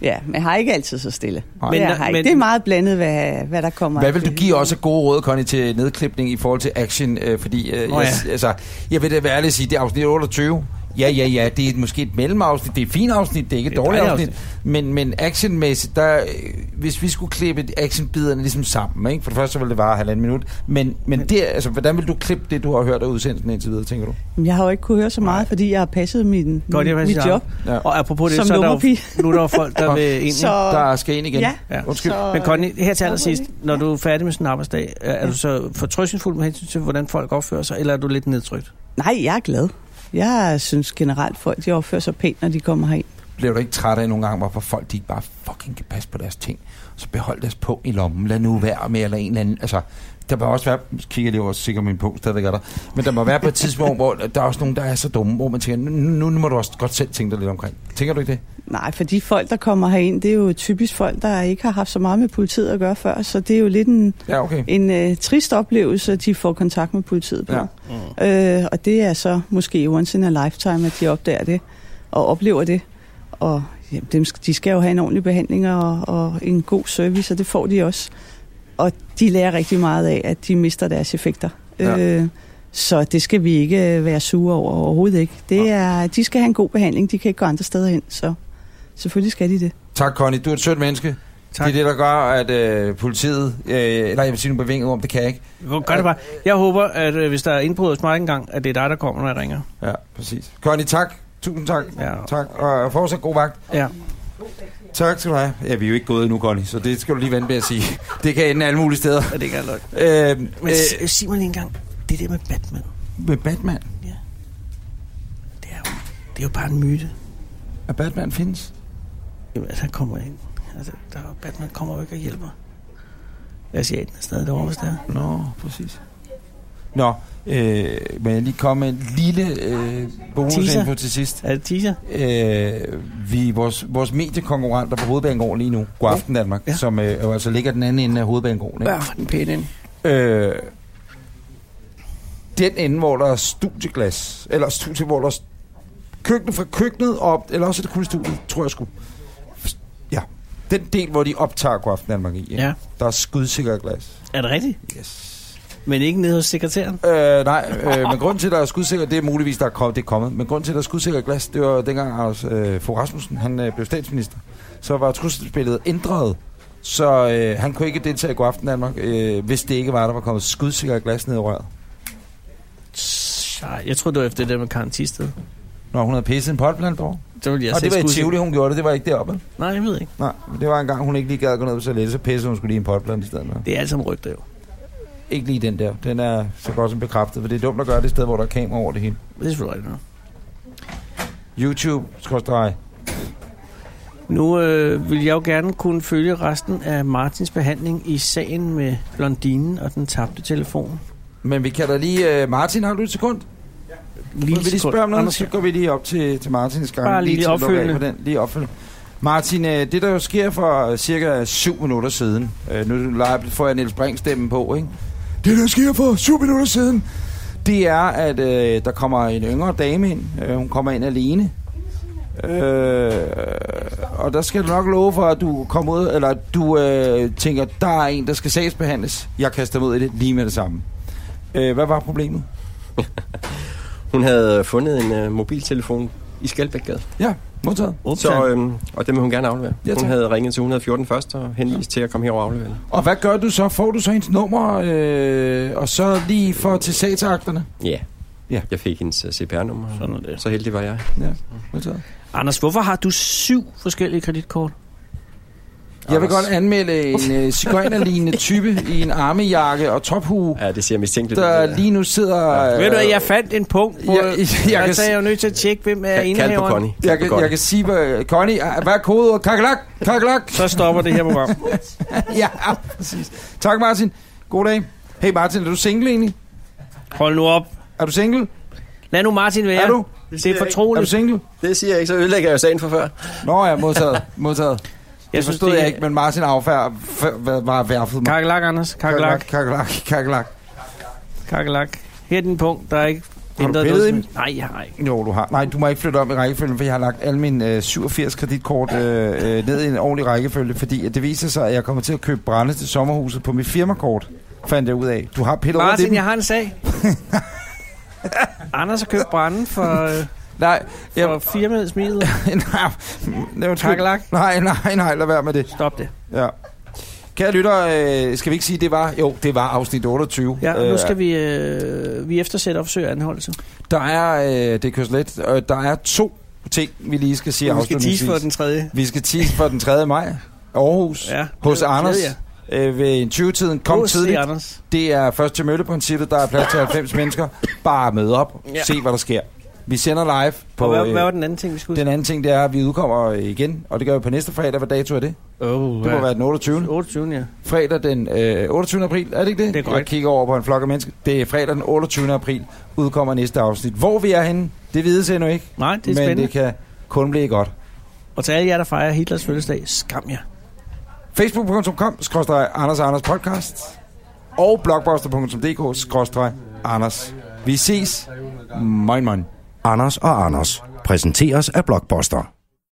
E: Ja, men har ikke altid så stille.
B: Nej.
E: Men,
C: Men
E: det, er,
C: der-
E: har ikke.
C: men-
E: det er meget blandet, hvad, hvad der kommer. øh,
B: Hvad vil du give os af gode råd, Connie, til nedklipning i forhold til action? Øh, fordi, øh,
C: Nå
B: jeg,
C: ja.
B: altså, jeg vil da være ærlig at sige, det er afsnit 28. Ja, ja, ja, det er et- måske et mellemafsnit, det er et fint afsnit, det er ikke et
C: Det er et
B: dårligt
C: dejligt
B: afsnit, men, men actionmæssigt, der, øh, hvis vi skulle klippe actionbiderne ligesom sammen, ikke? for det første så ville det vare halvanden minut, men, men det, altså, hvordan vil du klippe det, du har hørt af udsendelsen indtil videre, tænker du?
E: Jamen, Jeg har jo ikke kunne høre så meget, fordi jeg har passet min,
C: Godt, jeg vil
E: mit
C: sige.
E: job.
B: Ja.
C: Ja. Og apropos det,
E: Som
C: så er der
E: lummerpige.
C: jo, nu er der jo folk, der vil ind i
E: Så,
B: Der skal ind igen.
E: ja.
C: Ja.
B: Undskyld.
E: Så,
C: Men Conny, her til allersidst,
E: Hvorfor
C: når du er færdig med sådan en arbejdsdag, er er du så fortrøstningsfuld med hensyn til, hvordan folk opfører sig, eller er du lidt nedtrykt?
E: Nej, jeg er glad. Jeg synes generelt, folk de opfører sig pænt, når de kommer herind.
B: Bliver du ikke træt af nogle gange, hvorfor folk de ikke bare fucking kan passe på deres ting, så behold deres pung i lommen, lad nu være med, eller en eller anden, altså, der må også være, nu kigger jeg lige over, så sikkert min pung stadigvæk er der, men der må være på et tidspunkt, hvor der er også nogen, der er så dumme, hvor man tænker, nu, nu nu må du også godt selv tænke dig lidt omkring. Tænker du ikke det?
E: Nej, for de folk, der kommer herind, det er jo typisk folk, der ikke har haft så meget med politiet at gøre før, så det er jo lidt en,
B: Ja, okay.
E: en øh, trist oplevelse, at de får kontakt med politiet på.
B: Ja.
E: Ja. Øh, og det er så måske once in a lifetime, at de opdager det og oplever det. Og jamen, dem, sk- de skal jo have en ordentlig behandling og, og en god service, og det får de også. Og de lærer rigtig meget af, at de mister deres effekter.
B: Ja.
E: Ja. Øh, så det skal vi ikke øh, være sure over overhovedet ikke. Det er, de skal have en god behandling, de kan ikke gå andre steder hen, så selvfølgelig skal de det.
B: Tak, Connie. Du er et sødt menneske. Tak. Det er det, der gør, at øh, politiet... Øh, nej, jeg vil sige nu på vinget om, det kan jeg ikke.
C: Gør det bare. Jeg håber, at øh, hvis der er indbrud hos mig engang, at det er dig, der kommer, når jeg ringer.
B: Ja, præcis. Connie, tak. Tusind tak.
C: Ja.
B: Tak, og fortsat god vagt.
C: Ja.
B: Tak skal du have. Ja, vi er jo ikke gået endnu, Connie, så det skal du lige vente med at sige. Det kan ende alle mulige steder.
C: Er det ikke er løgn?
B: Øh,
C: Men
B: øh,
C: øh, sig mig lige engang, det der med Batman,
B: med Batman.
C: det er jo, det er jo bare en myte.
B: Er Batman findes?
C: Jamen, altså, han kommer ind. Altså, der, er jo- Batman kommer jo ikke og hjælper. Asiaten er stadig derovre, hvis det er.
B: Nå, præcis. Nå, øh, må jeg lige komme med en lille øh, bonusinfo
C: Teaser.
B: til sidst?
C: Er det teaser?
B: øh, vi, vores, vores mediekonkurrenter på Hovedbanegården lige nu, God Aften Danmark, ja.
C: Ja.
B: som øh, jo altså ligger den anden ende af Hovedbanegården. Ikke?
C: for den pæne ind.
B: Øh, den ende, hvor der er studieglas, eller studie, hvor der er køkkenet fra køkkenet op, eller også er det kun studiet, tror jeg sgu. Ja, den del, hvor de optager God Aften Danmark i. ikke?
C: Ja.
B: Der er skudsikker glas.
C: Er det rigtigt?
B: Yes.
C: Men ikke nede hos sekretæren?
B: Øh, nej, øh, men grunden til, at der er skudsikker, det er muligvis, der er kommet, det er kommet. Men grunden til, at der er skudsikker glas, det var dengang Anders øh, Fogh Rasmussen, han øh, blev statsminister. Så var trusselsbilledet ændret, så øh, han kunne ikke deltage i God Aften Danmark, øh, hvis det ikke var, der var kommet skudsikker glas ned i røret.
C: Nej, jeg tror det var efter det der med Karen Tisted.
B: Når hun havde pisset en pot blandt år.
C: Så ville jeg
B: Og det
C: selv
B: var i
C: skulle se-
B: Tivoli, hun gjorde det, det var ikke deroppe. vel?
C: Nej, jeg ved ikke.
B: Nej, det var en gang, hun ikke lige gad at gå ned på toilettet, så pissede hun skulle lige i en potplant i stedet. For.
C: Det er alt sammen rygter jo.
B: Ikke lige den der. Den er så godt som bekræftet, for det er dumt at gøre det et sted, hvor der er kamera over det hele.
C: Det er selvfølgelig rigtigt nok.
B: YouTube, skorstrej.
C: Nu øh, vil jeg jo gerne kunne følge resten af Martins behandling i sagen med blondinen og den tabte telefon.
B: Men vi kan da lige... Øh, Martin, har du et sekund? Lige vi lige
C: sekund.
B: spørge om noget,
C: Anders,
B: så
C: her.
B: går vi lige op til, til Martins gang.
C: Bare lige
B: til at lukke af
C: opfølgende.
B: på Den. Lige opfølgende. Martin, øh, det der jo sker for øh, cirka 7 minutter siden, øh, nu leger- får jeg Niels Brink stemmen på, ikke? Det der sker for 7 minutter siden, det er, at øh, der kommer en yngre dame ind. Øh, hun kommer ind alene. Øh, og der skal du nok love for, at du kommer ud, eller at du øh, tænker, der er en, der skal sagsbehandles. Jeg kaster mig ud i det lige med det samme. Øh, hvad var problemet?
G: Hun havde øh, fundet en øh, mobiltelefon i Skalbækgade,
B: Ja, modtaget.
C: Ups,
G: så,
C: så, øh,
G: øhm, og den vil hun gerne aflevere.
B: Ja,
G: hun
B: tak.
G: havde ringet til 114 først og henvist til at komme herover og aflevere den.
B: Og hvad gør du så? Får du så hendes nummer, øh, og så lige for til sagsakterne?
G: Ja.
B: Ja.
G: Jeg fik hendes øh, CPR-nummer,
C: Sådan er det.
G: så heldig var jeg.
B: Ja, modtaget.
C: Anders, hvorfor har du syv forskellige kreditkort?
B: Jeg vil godt anmelde en øh, cigøjnerlignende type i en armejakke og tophue,
G: Ja, det ser mistænkeligt ud, det
B: der
G: der.
B: lige nu sidder...
C: Øh, Ved du, at jeg fandt en punkt, hvor
B: jeg-
C: jeg,
B: jeg
C: jeg,
B: kan
C: jeg, altså,
B: s-
C: jeg er jo nødt til at tjekke, hvem er
G: øh, Kald- Kald på
C: indehaveren.
G: Connie. Kald
B: Jeg
G: på
B: kan,
G: Connie.
B: jeg kan sige, hvad, Connie, ah, hvad er kodeordet? Kakelak! Kakelak!
C: Så stopper det her program.
B: ja, præcis. Tak, Martin. God dag. Hey, Martin, er du single egentlig?
C: Hold nu op.
B: Er du single?
C: Lad nu Martin være.
B: Er du?
C: Det
G: siger
C: er
G: jeg
B: Er du
C: fortroligt.
B: single?
G: Det siger jeg ikke, så ødelægger jeg jo sagen fra før.
B: Nå ja, modtaget. modtaget. Det jeg
C: synes,
B: forstod
C: det
B: jeg
C: er-
B: ikke, men Martin affærd var værfet mig.
C: Kakelak, Anders. Kakelak.
B: Kakelak, kakelak.
C: Kakelak. Her er din punkt, der er ikke
B: du
C: ændret noget.
B: pillet
C: som helst. Nej, jeg har ikke.
B: Jo, du har. Nej, du må ikke flytte om i rækkefølgen, for jeg har lagt alle mine øh, 87 kreditkort øh, øh, ned i en ordentlig rækkefølge, fordi at det viser sig, at jeg kommer til at købe brænde til sommerhuset på mit firmakort, fandt jeg ud af. Du har pillet over det.
C: Martin, jeg har en sag. Anders har købt branden for... Øh,
B: Nej, jeg,
C: For firmaet smider.
B: nej, det var
C: Kakkelak.
B: Nej, nej, nej, lad være med det.
C: Stop det.
B: Ja. Kære lytter, øh, skal vi ikke sige, det var... Jo, det var afsnit 28.
C: Ja, nu
B: Øh,
C: skal vi, øh, vi eftersætte og forsøge anholdelse.
B: Der er... Øh, det kører lidt. Øh, der er to ting, vi lige skal sige
C: Vi skal tease
B: afslutningsvis.
C: for den tredje.
B: Vi skal tease for den 3. maj. Aarhus.
C: Ja,
B: hos
C: det er
B: Anders.
C: tredje.
B: Øh, ved en 20-tiden. Kom
C: Hos
B: tidligt.
C: Anders.
B: Det er først til mølleprincippet. Der er plads til 90 mennesker. Bare møde op.
C: Ja.
B: Ja. Se, hvad der sker. Vi sender live på...
C: Og hvad, hvad var
B: øh,
C: den anden ting, vi skulle
B: den anden ting, det er, at vi udkommer igen, og det gør vi på næste fredag. Hvad dato er det?
C: Oh,
B: Det må være den 28.
C: 28. ja.
B: fredag den øh, 28. april, er det ikke det?
C: Det er korrekt.
B: Jeg kigger over på en flok af mennesker. Det er fredag den 28. april, udkommer næste afsnit. Hvor vi er henne, det vides endnu ikke.
C: Nej, det er
B: men
C: spændende.
B: det kan kun blive godt.
C: Og til alle jer, der fejrer Hitlers fødselsdag, skam jer.
B: Facebook.com skråstreg Anders Anders podcast og blogbuster.dk skråstreg Anders. Vi ses. Moin, moin.
A: Anders og Anders præsenteres af Blockbuster.